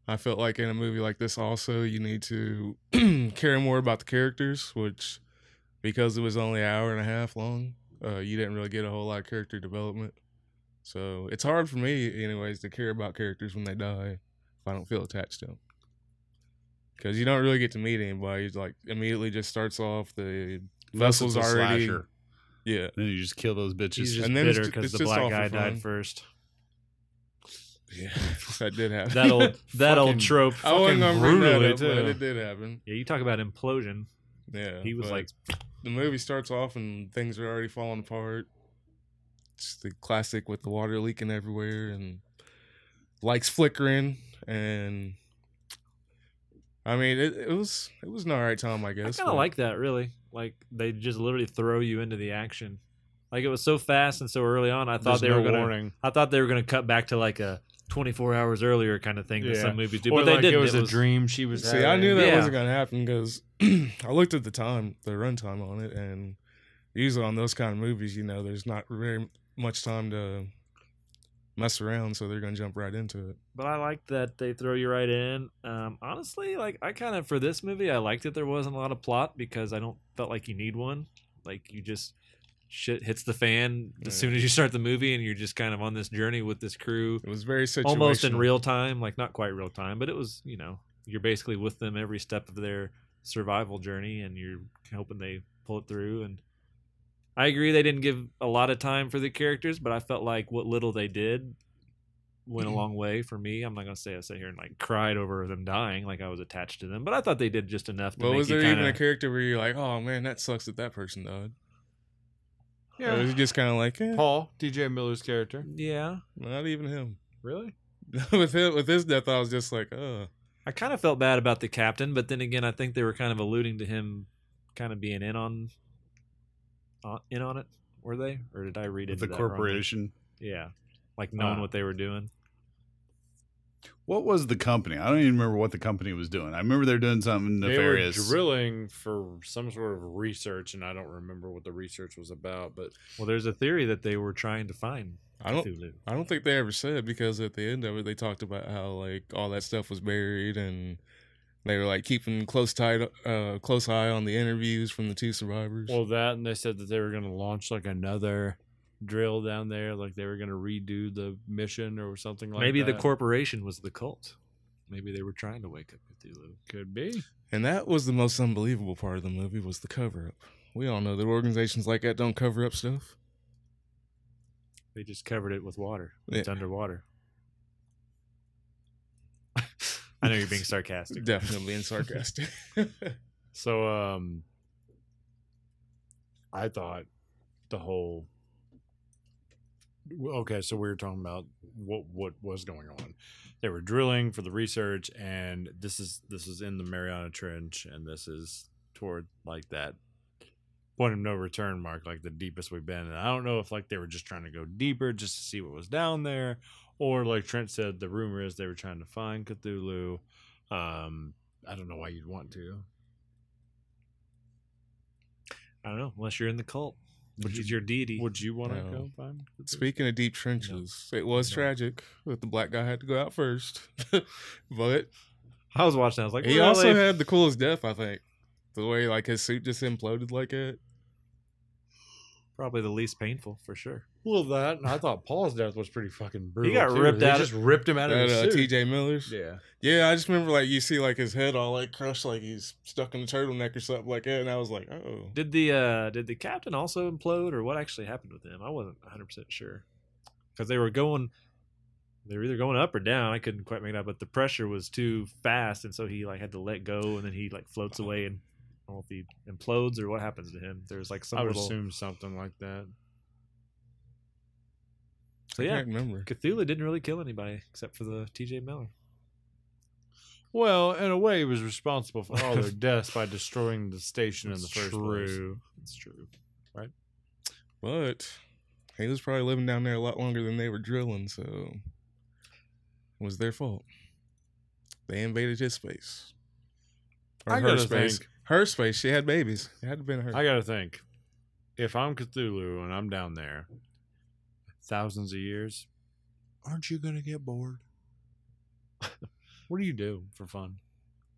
S2: I felt like in a movie like this, also you need to care more about the characters, which because it was only an hour and a half long, uh, you didn't really get a whole lot of character development. So it's hard for me, anyways, to care about characters when they die if I don't feel attached to them. Because you don't really get to meet anybody. It's like immediately just starts off the
S6: Unless
S2: vessel's
S6: it's a
S2: already
S6: slasher.
S2: yeah.
S6: Then you just kill those bitches.
S5: He's just
S2: And then it's
S5: bitter
S2: ju-
S5: because
S2: it's
S5: the
S2: just all
S5: black
S2: for
S5: guy
S2: fun.
S5: died first.
S2: Yeah, that did happen.
S5: That old that old
S4: Fucking-
S5: trope.
S2: I wasn't
S5: fucking
S2: gonna bring that
S5: brutally
S2: up, but it
S5: too.
S2: did happen.
S5: Yeah, you talk about implosion.
S2: Yeah,
S5: He was
S2: but
S5: like,
S2: the movie starts off and things are already falling apart. It's the classic with the water leaking everywhere and lights flickering and. I mean, it, it was it was an alright time, I
S5: I
S2: guess.
S5: kind of
S2: but-
S5: like that, really. Like they just literally throw you into the action. Like it was so fast and so early on. I thought
S4: There's
S5: they
S4: no
S5: were gonna.
S4: warning.
S5: I thought they were gonna cut back to like a 24 hours earlier kind of thing that
S4: Yeah.
S5: some movies do,
S4: Or
S5: but they
S4: like
S5: didn't.
S4: It was a dream she was.
S2: See, I knew that
S5: Yeah.
S2: wasn't gonna happen because I looked at the time, the runtime on it, and usually on those kind of movies, you know, there's not very much time to mess around, so they're gonna jump right into it.
S5: But I like that they throw you right in. Um, honestly, like I kind of for this movie, I liked that there wasn't a lot of plot because I don't felt like you need one. Like you just shit hits the fan
S2: Yeah.
S5: as soon as you start the movie, and you're just kind of on this journey with this crew,
S2: It was very situational.
S5: almost in real time. Like not quite real time, but it was you know you're basically with them every step of their survival journey, and you're hoping they pull it through. And I agree they didn't give a lot of time for the characters, but I felt like what little they did went
S2: Mm-hmm.
S5: a long way for me. I'm not gonna say I sat here and like cried over them dying, like I was attached to them, but I thought they did just enough. To
S2: But
S5: make
S2: was
S5: you
S2: there even a
S5: kinda-
S2: character where you're like, oh man, that sucks that that person died? Or was
S4: Yeah.
S2: it just kind of like, eh,
S4: Paul, DJ Miller's character.
S5: Yeah,
S2: not even him.
S4: Really?
S2: with him, with his death, I was just like, oh,
S5: I kind of felt bad about the captain, but then again, I think they were kind of alluding to him, kind of being in on, on in on it. Were they, or did I read it?
S6: the corporation.
S5: Yeah, like knowing
S6: Ah.
S5: what they were doing.
S6: What was the company? I don't even remember what the company was doing. I remember they're doing something
S4: They
S6: nefarious.
S4: were drilling for some sort of research, and I don't remember what the research was about. But
S5: Well, there's a theory that they were trying to find
S2: I
S6: Oh.
S2: don't,
S5: Cthulhu.
S2: I don't think they ever said because at the end of it they talked about how like all that stuff was buried and they were like keeping close tight uh close eye on the interviews from the two survivors.
S4: well, that and they said that they were going to launch like another drill down there, like they were going to redo the mission or something like
S5: Maybe
S4: that.
S5: the corporation was the cult. Maybe they were trying to wake up Cthulhu.
S4: could be.
S2: and that was the most unbelievable part of the movie was the cover up. We all know that organizations like that don't cover up stuff.
S5: They just covered it with water.
S2: Yeah.
S5: It's underwater. I know you're being sarcastic.
S2: Definitely being sarcastic.
S4: So, um, I thought the whole. Well, Okay, so we were talking about what what was going on. They were drilling for the research, and this is this is in the Mariana Trench, and this is toward like that point of no return mark, like the deepest we've been. And I don't know if like they were just trying to go deeper just to see what was down there, or like Trent said, the rumor is they were trying to find Cthulhu. Um, I don't know why you'd want to.
S5: I don't know, unless you're in the cult, which is your deity.
S4: Would you want to
S2: No.
S4: go find? the dude?
S2: Speaking of deep trenches, it was
S4: No.
S2: tragic that the black guy had to go out first. but
S5: I was watching. I was like,
S2: he
S5: well,
S2: also
S5: they-
S2: had the coolest death, I think. The way like his suit just imploded like it.
S5: probably the least painful for sure.
S4: Well, that and I thought Paul's death was pretty fucking brutal.
S5: got
S4: too.
S5: ripped
S4: They
S5: out of-
S4: Just ripped him out of
S2: That,
S4: his
S2: uh,
S4: suit.
S2: TJ Miller's.
S4: Yeah,
S2: Yeah, I just remember like you see like his head all like crushed, like he's stuck in a turtleneck or something like that, and I was like, oh,
S5: Did the uh did the captain also implode, or what actually happened with him? I wasn't 100 percent sure because they were going, they were either going up or down. I couldn't quite make it out, but the pressure was too fast, and so he like had to let go, and then he like floats away, and I don't know if he implodes or what happens to him. There's like some
S4: I would
S5: little
S4: assume something like that.
S5: so
S2: I
S5: yeah.
S2: can't remember.
S5: Cthulhu didn't really kill anybody except for the T.J. Miller.
S4: Well, in a way, he was responsible for all their deaths by destroying the station in the first place.
S5: It's true.
S2: But he was probably living down there a lot longer than they were drilling, so it was their fault. They invaded his space. Or
S4: I
S2: her
S4: gotta
S2: space.
S4: think.
S2: Her space. She had babies. It had to been her.
S4: I gotta think. If I'm Cthulhu and I'm down there, thousands of years, aren't you gonna get bored? What do you do for fun?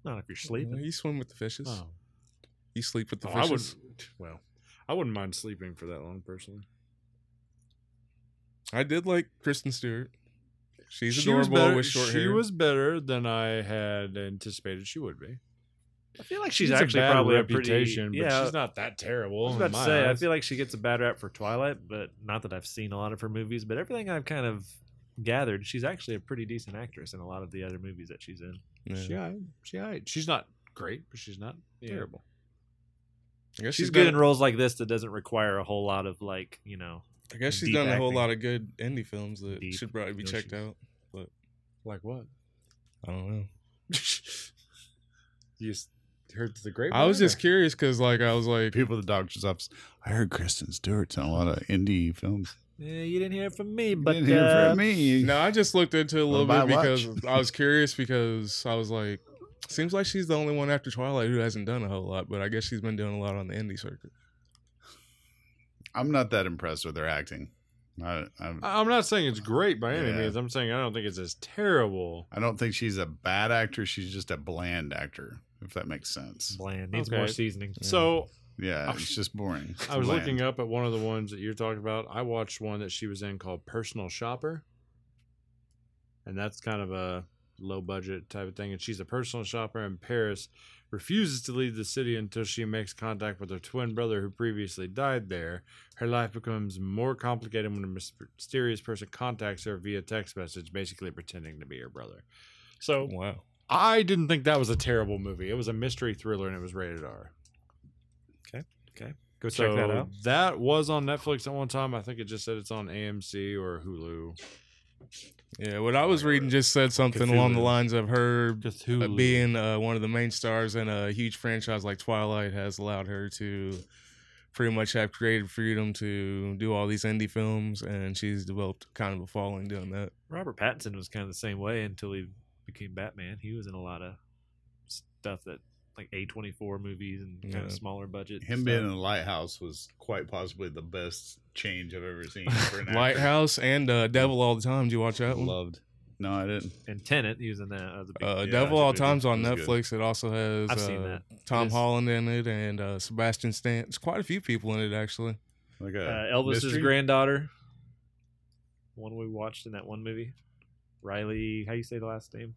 S5: Not if you're
S2: Well,
S5: sleeping.
S2: You swim with the fishes.
S4: Oh,
S2: You sleep with the
S4: Oh, I would.
S2: fishes.
S4: Well, I wouldn't mind sleeping for that long personally.
S2: I, did like Kristen Stewart. She's
S4: She was
S2: adorable
S4: better.
S2: with short
S4: she
S2: hair.
S4: was better than I had anticipated she would be.
S5: I feel like she's,
S4: She's a
S5: actually
S4: bad
S5: probably
S4: reputation,
S5: a pretty. Yeah,
S4: but she's not that terrible.
S5: I was about
S4: in
S5: to
S4: my
S5: say, I
S4: eyes.
S5: feel like she gets a bad rap for Twilight, but not that I've seen a lot of her movies. But everything I've kind of gathered, she's actually a pretty decent actress in a lot of the other movies that she's in.
S2: Yeah.
S4: she, all right. she, all right. she's not great, but she's not terrible.
S2: I guess
S5: She's, good in
S2: Done,
S5: roles like this that doesn't require a whole lot of like you know.
S2: I guess she's
S5: deep
S2: done a whole
S5: acting.
S2: lot of good indie films that
S5: Deep
S2: should probably be checked
S5: oceans.
S2: out.
S4: Like what?
S2: I don't know.
S4: you just heard the great.
S2: I was just curious because, like, I was like,
S6: People at the doctor's office. I heard Kristen Stewart's in a lot of indie films.
S5: Yeah, Eh, you didn't hear it from me,
S6: You
S5: but
S6: didn't hear
S5: uh,
S6: from me.
S2: no, I just looked into it a
S6: Well,
S2: little
S6: buy
S2: bit
S6: a
S2: because
S6: watch.
S2: I was curious because I was like, seems like she's the only one after Twilight who hasn't done a whole lot, but I guess she's been doing a lot on the indie circuit.
S6: I'm not that impressed with her acting. I, I,
S4: I'm not saying it's great by any
S6: Yeah.
S4: means. I'm saying I don't think it's as terrible.
S6: I don't think she's a bad actor. She's just a bland actor, if that makes sense.
S5: bland needs
S4: Okay.
S5: more seasoning.
S4: So
S6: Yeah,
S4: I was-
S6: it's just boring.
S4: I was looking up at one of the ones that you're talking about. I watched one that she was in called Personal Shopper. And that's kind of a low budget type of thing. And she's a personal shopper in Paris, refuses to leave the city until she makes contact with her twin brother who previously died there. Her life becomes more complicated when a mysterious person contacts her via text message, basically pretending to be her brother. So
S2: Wow.
S4: I didn't think that was a terrible movie. It was a mystery thriller and it was rated R.
S5: Go
S4: So
S5: check that out.
S4: that was on Netflix at one time. I think it just said it's on AMC or Hulu.
S2: Yeah, what I was reading just said something along the
S4: Cthulhu.
S2: lines of her
S4: Just
S2: uh, being uh, one of the main stars in a huge franchise like Twilight has allowed her to pretty much have creative freedom to do all these indie films, and she's developed kind of a following doing that.
S5: Robert Pattinson was kind of the same way until he became Batman. He was in a lot of stuff that like A twenty four movies and kind
S2: Yeah.
S5: of smaller budget.
S6: Him
S5: stuff.
S6: being in the lighthouse was quite possibly the best change I've ever seen. For an actor.
S2: Lighthouse and uh, Devil All the Time. Did you watch that one?
S6: loved. No, I didn't.
S5: and Tenet, he was in that. other big-
S2: Uh,
S6: Yeah,
S2: Devil
S6: that's a
S2: All
S6: good
S2: Time's
S6: one.
S2: on
S6: That's good.
S2: Netflix. It also has
S5: I've
S2: uh,
S5: seen that.
S2: Tom
S5: It's-
S2: Holland in it and uh, Sebastian Stan. It's quite a few people in it actually.
S6: Like a
S5: uh, Elvis's
S6: mystery?
S5: granddaughter. The one we watched in that one movie. Riley, how you say the last name?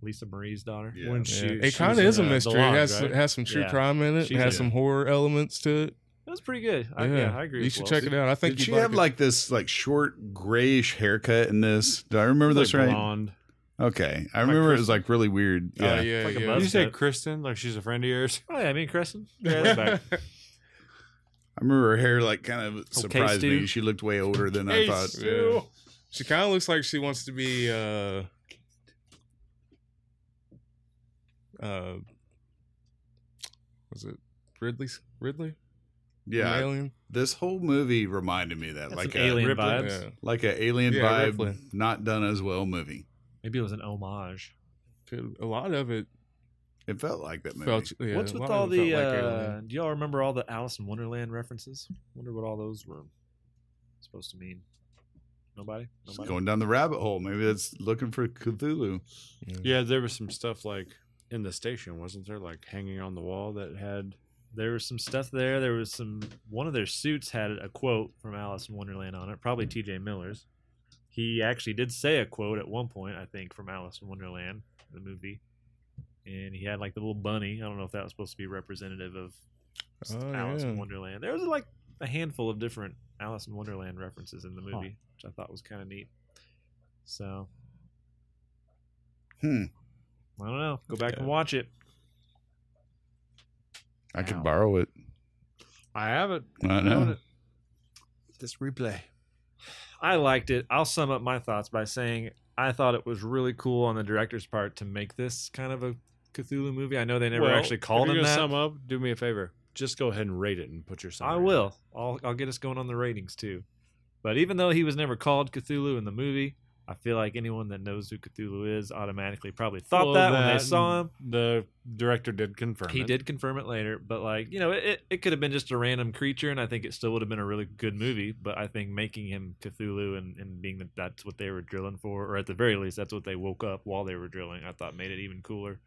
S5: Lisa Marie's daughter.
S6: Yeah.
S4: When
S2: Yeah.
S4: she,
S2: it
S4: she
S2: kind
S4: was
S2: of is a
S4: in, uh, The
S2: mystery.
S4: Lodge,
S2: it has
S4: right?
S2: it has some true
S5: Yeah.
S2: crime in it. It
S5: She's in
S2: has some horror elements to it.
S5: That was pretty good. I, yeah. I agree.
S2: You
S5: with
S2: should
S5: Will.
S2: check it out. I think
S6: Did she
S2: you'd
S6: have
S2: it.
S6: like this like short grayish haircut in this? Do I remember
S4: Like
S6: this right?
S4: blonde.
S6: Okay, I remember it was like really weird.
S2: Oh,
S6: Yeah,
S2: yeah,
S5: Like a
S2: yeah.
S5: buzz-
S4: You say
S5: that.
S4: Kristen like she's a friend of yours.
S5: Oh yeah, I mean Cresson.
S2: Yeah.
S5: Back.
S6: I remember her hair like kind of surprised
S5: Stu.
S6: me. She looked way older than I
S4: Hey,
S6: thought.
S4: Stu.
S2: she kind of looks like she wants to be. Uh, uh, was it Ridley? Ridley?
S6: Yeah,
S2: An
S6: I-
S2: alien.
S6: this whole movie reminded me of that
S5: That's
S6: like
S5: some
S6: a
S5: alien
S4: Ripley.
S5: vibes.
S2: Yeah,
S6: like an alien
S2: Yeah,
S6: vibe,
S2: Ripley.
S6: not done as well movie.
S5: Maybe it was an homage.
S2: could, a lot of it
S6: It felt like that movie.
S2: felt. Yeah,
S5: What's
S2: a
S5: with
S2: lot
S5: all
S2: of it
S5: the?
S2: felt like
S5: uh,
S2: alien.
S5: do y'all remember all the Alice in Wonderland references? Wonder what all those were supposed to mean. Nobody.
S6: Just
S5: Nobody.
S6: going down the rabbit hole. Maybe that's looking for Cthulhu.
S4: Yeah, there was some stuff like in the station, wasn't there? Like hanging on the wall that had
S5: There was some stuff there. There was some. One of their suits had a quote from Alice in Wonderland on it. Probably T.J. Miller's. He actually did say a quote at one point, I think, from Alice in Wonderland, the movie. And he had like the little bunny. I don't know if that was supposed to be representative of s-
S2: Oh,
S5: Alice
S2: yeah.
S5: in Wonderland. There was like a handful of different Alice in Wonderland references in the movie, which I thought was kind of neat. So
S6: Hmm.
S5: I don't know. Go back
S2: Yeah.
S5: and watch it.
S6: I could
S4: Wow.
S6: borrow it.
S4: I have it.
S6: I know.
S4: This replay.
S5: I liked it. I'll sum up my thoughts by saying I thought it was really cool on the director's part to make this kind of a Cthulhu movie. I know they never
S4: Well,
S5: actually called
S4: if
S5: him
S4: you're gonna
S5: that.
S4: Sum up. Do me a favor. Just go ahead and rate it and put your.
S5: I
S4: summary in.
S5: will. I'll, I'll get us going on the ratings too. But even though he was never called Cthulhu in the movie, I feel like anyone that knows who Cthulhu is automatically probably thought
S4: Well,
S5: that, when they saw
S4: and
S5: him.
S4: The director did confirm.
S5: He
S4: it.
S5: did confirm it later, but like you know, it, it, it could have been just a random creature, and I think it still would have been a really good movie. But I think making him Cthulhu and, and being that that's what they were drilling for, or at the very least, that's what they woke up while they were drilling. I thought made it even cooler.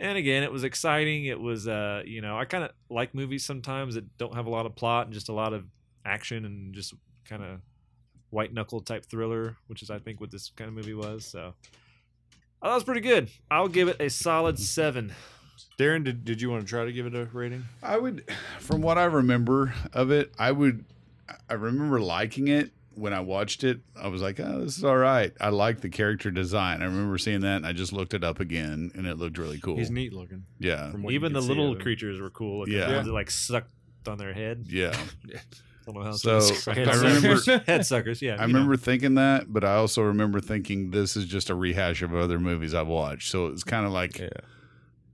S5: And again, it was exciting. It was uh, you know, I kind of like movies sometimes that don't have a lot of plot and just a lot of action and just kind of white knuckle type thriller, which is I think what this kind of movie was. So. Oh, that was pretty good. I'll give it a solid seven.
S4: Darren, did, did you want to try to give it a rating?
S6: I would, from what I remember of it, I would, I remember liking it when I watched it. I was like, oh, this is all right. I like the character design. I remember seeing that and I just looked it up again and it looked really cool.
S4: He's neat looking.
S6: Yeah.
S4: From what you
S5: Even
S4: can
S5: the
S4: see
S5: little
S4: of him.
S5: creatures were cool. Looking.
S6: Yeah.
S5: The ones that like sucked on their head.
S6: Yeah.
S5: Don't know how
S6: So,
S5: it's-
S6: I
S5: head
S6: remember-
S5: suckers. head suckers. Yeah.
S6: I
S5: you know.
S6: remember thinking that, but I also remember thinking this is just a rehash of other movies I've watched. So it was kind of like
S2: Yeah.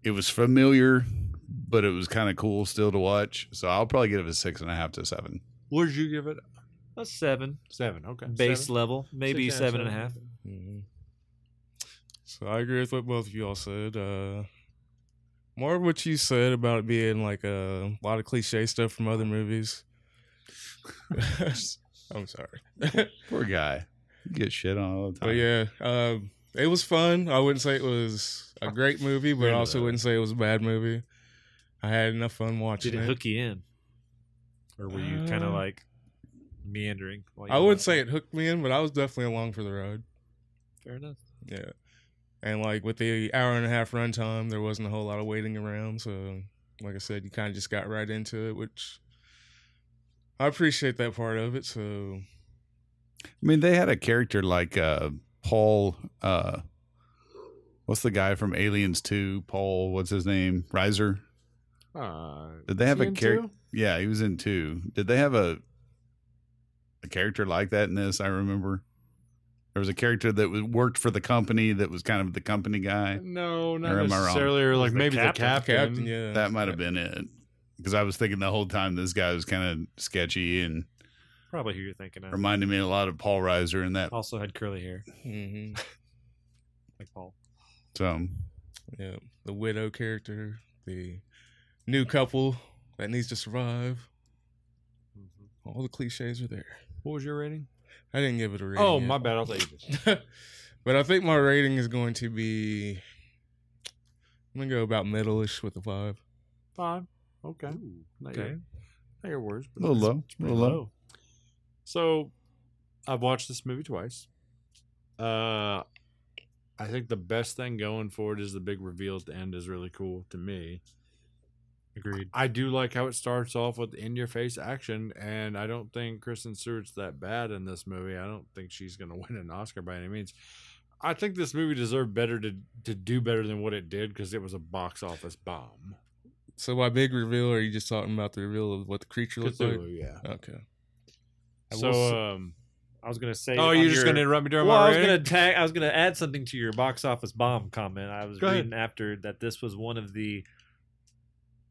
S6: it was familiar, but it was kind of cool still to watch. So I'll probably give it a six and a half to seven.
S4: What did you give it?
S5: a seven
S4: Seven. Okay.
S5: base
S4: Seven.
S5: level, maybe
S4: Six out of
S5: seven and a half.
S4: seven.
S2: Mhm. So I agree with what both of you all said. Uh, more of what you said about it being like a lot of cliche stuff from other movies. I'm sorry,
S6: Poor guy. You get shit on all the time.
S2: but yeah, um, it was fun. I wouldn't say it was a great movie, but I also wouldn't say it was a bad movie. I had enough fun
S5: uh,
S2: watching
S5: Did it
S2: it.
S5: hook you in, or were you kind
S2: Uh,
S5: of like meandering? while you
S2: I
S5: watched
S2: wouldn't say it hooked me in, but I was definitely along for the road.
S5: Fair enough.
S2: Yeah. And like with the hour and a half runtime, there wasn't a whole lot of waiting around. So, like I said, you kind of just got right into it, which I appreciate that part of it. So,
S6: I mean, they had a character like uh, Paul. Uh, what's the guy from Aliens 2? Paul, what's his name? Riser.
S4: Uh,
S6: Did they have a
S4: CM2?
S6: character? Yeah, he was in two. Did they have a a character like that in this? I remember there was a character that was, worked for the company that was kind of the company guy.
S4: No,
S6: Or
S4: not
S6: am I wrong?
S4: necessarily. Or like
S5: the
S4: maybe
S5: captain.
S4: the
S2: the
S4: captain.
S2: captain, yeah.
S6: That might have been it. Because I was thinking the whole time this guy was kind of sketchy and
S5: Probably who you're thinking of.
S6: reminded me a lot of Paul Reiser in that.
S5: Also had curly hair,
S2: hmm
S5: like Paul.
S6: So
S2: yeah. The widow character, the new couple that needs to survive. All the cliches are there.
S4: Mm-hmm. What was your rating?
S2: I didn't give it a rating.
S4: Oh,
S2: yet.
S4: my bad. I'll take it.
S2: but I think my rating is going to be. I'm going to go about middle-ish with a five.
S4: Five. Okay. Not
S5: okay.
S4: your- Not your worst.
S6: a little low, a little low.
S4: So, I've watched this movie twice. Uh, I think the best thing going forward is the big reveal at the end is really cool to me.
S5: Agreed.
S4: I do like how it starts off with in your face action, and I don't think Kristen Stewart's that bad in this movie. I don't think she's going to win an Oscar by any means. I think this movie deserved better to to do better than what it did because it was a box office bomb.
S2: So by big reveal, are you just talking about the reveal of what the creature looks like?
S4: Cthulhu, yeah.
S2: Okay.
S5: I
S4: So,
S5: will s-
S4: um,
S5: I was gonna say.
S4: oh,
S5: on
S4: you're just
S5: your-
S4: going to interrupt me during
S5: Well,
S4: my
S5: I was
S4: rating?
S5: gonna tag. I was gonna add something to your box office bomb comment. I was
S4: Go ahead.
S5: reading after that this was one of the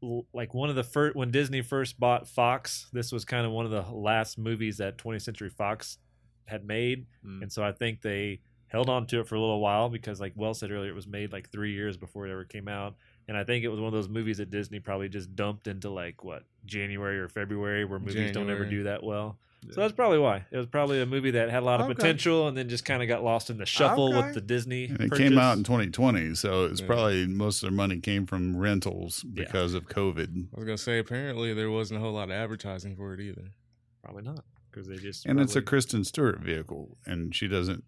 S5: l- like one of the first when Disney first bought Fox. This was kind of one of the last movies that 20th Century Fox had made,
S4: Mm.
S5: and so I think they held on to it for a little while because, like Well said earlier, it was made like three years before it ever came out. And I think it was one of those movies that Disney probably just dumped into like what January or February, where movies don't ever
S2: January.
S5: do that well. So that's probably why. It was probably a movie that had a lot of
S4: Okay.
S5: potential and then just kind of got lost in the shuffle
S4: Okay.
S5: with the Disney.
S6: And it
S5: purchase.
S6: came out in 2020, so it's
S2: Yeah.
S6: probably most of their money came from rentals
S5: Yeah.
S6: because of COVID.
S2: I was gonna say apparently there wasn't a whole lot of advertising for it either.
S5: Probably not because they just.
S6: And it's a
S5: probably-
S6: Kristen Stewart vehicle, and she doesn't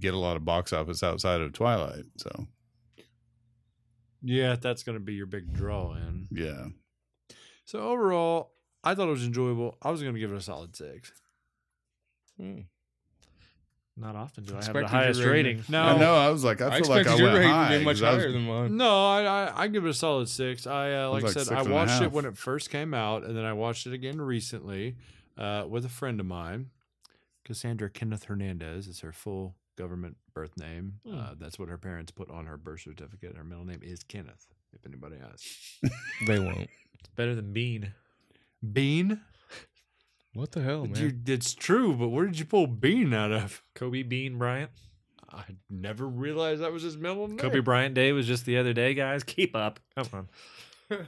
S6: get a lot of box office outside of Twilight. So
S4: Yeah, that's going to be your big draw in.
S6: yeah,
S4: So overall, I thought it was enjoyable. I was going to give it a solid six.
S5: not often do I have
S2: Expected
S5: the
S2: your
S5: highest
S2: rating.
S5: rating.
S4: No.
S6: I know. I was like, I,
S2: I,
S6: feel like
S2: expected
S6: I
S2: your
S6: went
S2: rating
S6: high.
S2: to be much
S6: 'cause I was-
S2: higher than mine.
S4: No, I I, I give it a solid six. I uh, like I
S6: like
S4: said,
S6: six
S4: I
S6: and a
S4: watched it
S6: half.
S4: when it first came out, and then I watched it again recently uh, with a friend of mine, Cassandra Kenneth Hernandez is her full government birth name. Uh, that's what her parents put on her birth certificate. Her middle name is Kenneth. If anybody asks,
S2: They won't.
S5: It's better than Bean.
S4: Bean.
S2: What the hell, Oh, man?
S4: You, it's true, but where did you pull Bean out of?
S5: Kobe Bean Bryant.
S4: I never realized that was his middle name.
S5: Kobe Bryant Day was just the other day, guys. Keep up. Come on.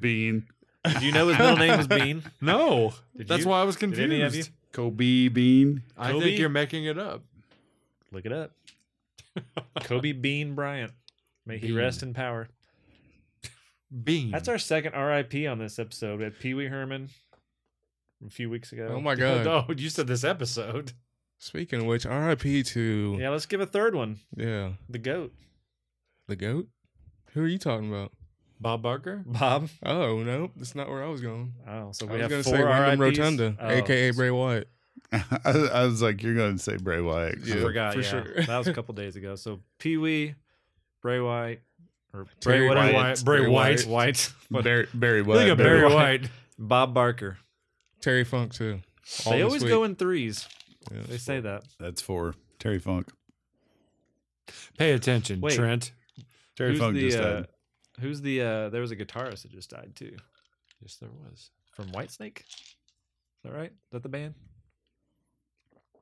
S6: Bean,
S5: Did you know his middle name was Bean?
S4: No,
S5: Did
S4: that's
S5: you?
S4: why I was
S5: Did
S4: confused.
S5: any of you?
S6: Kobe Bean.
S4: I
S5: Kobe?
S4: think you're making it up.
S5: Look it up. Kobe Bean Bryant. May he
S4: Bean.
S5: rest in power.
S4: Bean.
S5: That's our second RIP on this episode at Pee Wee Herman a few weeks ago.
S2: oh my god.
S4: Oh, you said this episode.
S2: Speaking of which, R.I.P. to yeah.
S5: Yeah, let's give a third one. The GOAT.
S2: the goat. Who are you talking about?
S4: Bob Barker.
S5: Bob.
S2: Oh no, that's not where I was going.
S5: Oh, so
S2: I
S5: we
S2: was
S5: have
S2: gonna
S5: four
S2: say Wyndham
S5: RIPs?
S2: Rotunda,
S5: Oh,
S2: aka Bray Wyatt.
S6: I, I was like, you're going to say Bray Wyatt.
S5: I
S2: Yeah,
S5: forgot.
S2: for
S5: yeah.
S2: sure.
S5: that was a couple days ago. So Pee Wee, Bray White, or
S2: Terry
S5: Bray whatever-
S6: Wyatt.
S5: Bray,
S6: Bray
S5: White,
S6: Wyatt.
S5: White,
S6: Barry, Barry Wyatt.
S4: Think of Barry
S6: Barry
S4: White.
S5: Bob Barker.
S2: Terry Funk too. All
S5: they
S2: this
S5: always
S2: week.
S5: go in threes.
S2: Yeah.
S5: They say that.
S6: That's for Terry Funk.
S4: Pay attention,
S5: Wait.
S4: Trent.
S6: Terry
S5: Who's
S6: Funk
S5: the,
S6: just
S5: uh,
S6: died.
S5: Who's the? uh There was a guitarist that just died too,
S4: Yes, there was.
S5: from Whitesnake. Is that right? Is that the band?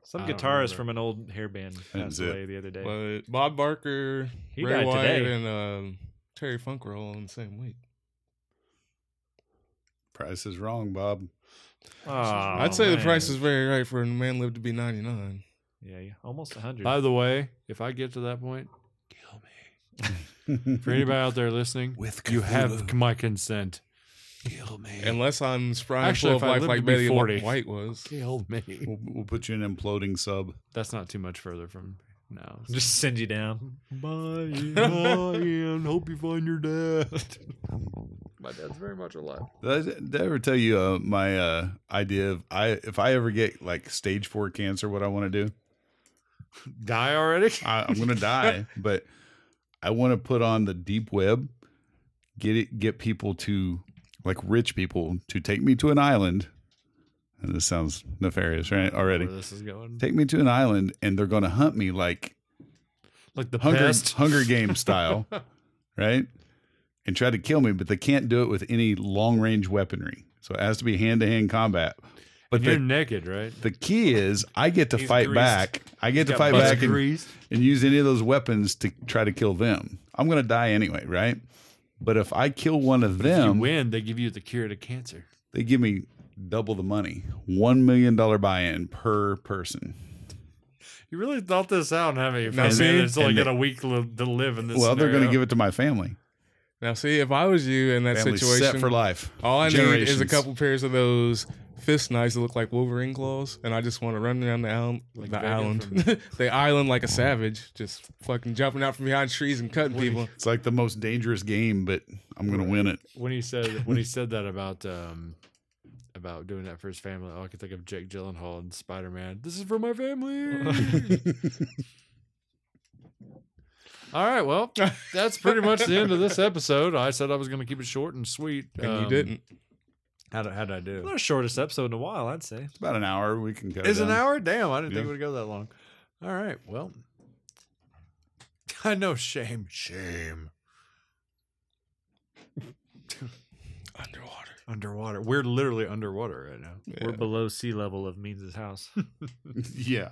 S5: Some
S4: I don't remember.
S5: guitarist from an old hair band
S6: That's
S5: passed
S6: it.
S5: away the other day.
S2: But Bob Barker,
S5: He
S2: Bray
S5: died
S2: Wyatt,
S5: today.
S2: and um, Terry Funk were all in the same week.
S6: Price is wrong, Bob.
S5: Aw,
S2: I'd say the
S5: Oh, man.
S2: price is very right for a man lived to be ninety nine.
S5: Yeah, yeah, almost hundred.
S4: By the way, if I get to that point, kill me. For anybody out there listening,
S6: With
S4: you have my consent. Kill me.
S2: Unless I'm spry and
S4: Actually,
S2: full of
S4: if I lived to
S2: life like
S4: be
S2: Betty
S4: 40.
S2: White was.
S4: Kill me.
S6: We'll, we'll put you in an imploding sub.
S4: That's not too much further from now.
S5: Just send you down.
S4: Bye, Ian. Hope you find your dad. My dad's very much alive.
S6: Did I, did I ever tell you uh, my uh, idea of I if I ever get like stage four cancer, what I want to do?
S4: Die already?
S6: I, I'm gonna die, but I want to put on the deep web, get it, get people to like rich people to take me to an island. And this sounds nefarious, right? Already,
S4: Where this is going?
S6: take me to an island, and they're gonna hunt me like
S4: Like the
S6: Hunger
S4: pest.
S6: Hunger Game style, right? And try to kill me, but they can't do it with any long range weaponry. So it has to be hand to hand combat. But
S4: You're
S6: the,
S4: naked, right?
S6: the key is I get to
S5: He's
S6: fight
S5: greased.
S6: back. I get to
S5: got
S6: fight
S5: butts
S6: back and, and use any of those weapons to try to kill them. I'm going to die anyway, right? But if I kill one of
S4: If you
S6: them,
S4: win, they give you the cure to cancer.
S6: they give me double the money $1 million buy in per person.
S4: You really thought this out, haven't you?
S2: Now,
S4: For a
S2: see?
S4: man that's only
S6: And
S4: got a week li- to live in this.
S6: well, they're going to
S4: scenario.
S6: give it to my family.
S2: Now, see, if I was you in that
S6: Family set
S2: situation,
S6: for life.
S2: all I need is a
S6: Generations.
S2: couple pairs of those fist knives that look like Wolverine claws, and I just want to run down the island,
S4: Like
S2: the
S4: Venom
S2: island, the island like a savage, just fucking jumping out from behind trees and cutting people.
S6: It's like the most dangerous game, but I'm going to win it.
S4: when he said when he said that about um about doing that for his family. All I could think of Jake Gyllenhaal and Spider Man. This is for my family. All right, well, that's pretty much the end of this episode. I said I was going to keep it short and sweet,
S2: And you
S4: Um,
S2: didn't.
S4: How did, how did I
S5: Not
S4: do?
S5: our shortest episode in a while, I'd say.
S6: About an hour, we can cut.
S4: Is
S6: it
S4: an
S6: down.
S4: hour? Damn, I didn't think
S6: Yeah.
S4: it would go that long. All right, well, I know shame, shame.
S2: Underwater.
S4: Underwater, we're literally underwater right now.
S2: Yeah.
S5: We're below sea level of Means' house.
S6: yeah.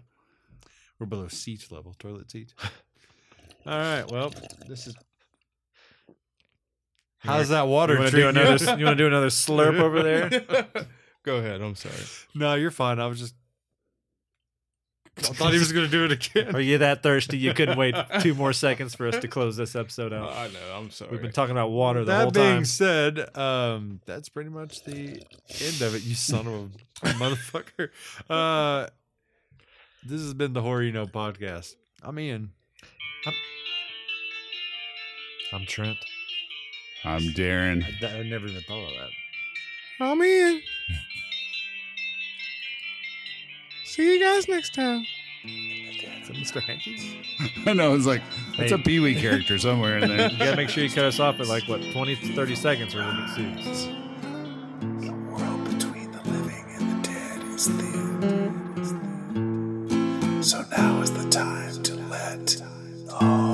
S4: We're below seat level, toilet seat. All right, well, this is. How's that water
S5: you want to do
S4: treating you?
S5: another? s- You want to do another slurp over there?
S2: Go ahead. I'm sorry.
S4: No, you're fine. I was just. I thought he was going to do it again.
S5: Are you that thirsty? You couldn't wait two more seconds for us to close this episode out.
S2: I know. I'm sorry.
S5: We've been talking about water the
S4: that
S5: whole
S4: being
S5: time.
S4: said, um, that's pretty much the end of it. You son of a motherfucker. Uh, this has been the horror you know podcast. I'm Ian.
S5: I'm Trent.
S6: I'm Darren.
S4: I, I never even thought of that.
S2: I'm in. See you guys next time.
S4: Is that Mr. Hanky?
S6: I know. It's like that's
S5: Hey.
S6: a Pee Wee character somewhere in there.
S5: You gotta make sure you cut us off at like what 20, 30 seconds, or we'll get sued.
S3: The world between the living and the dead is thin. So now is the time to let all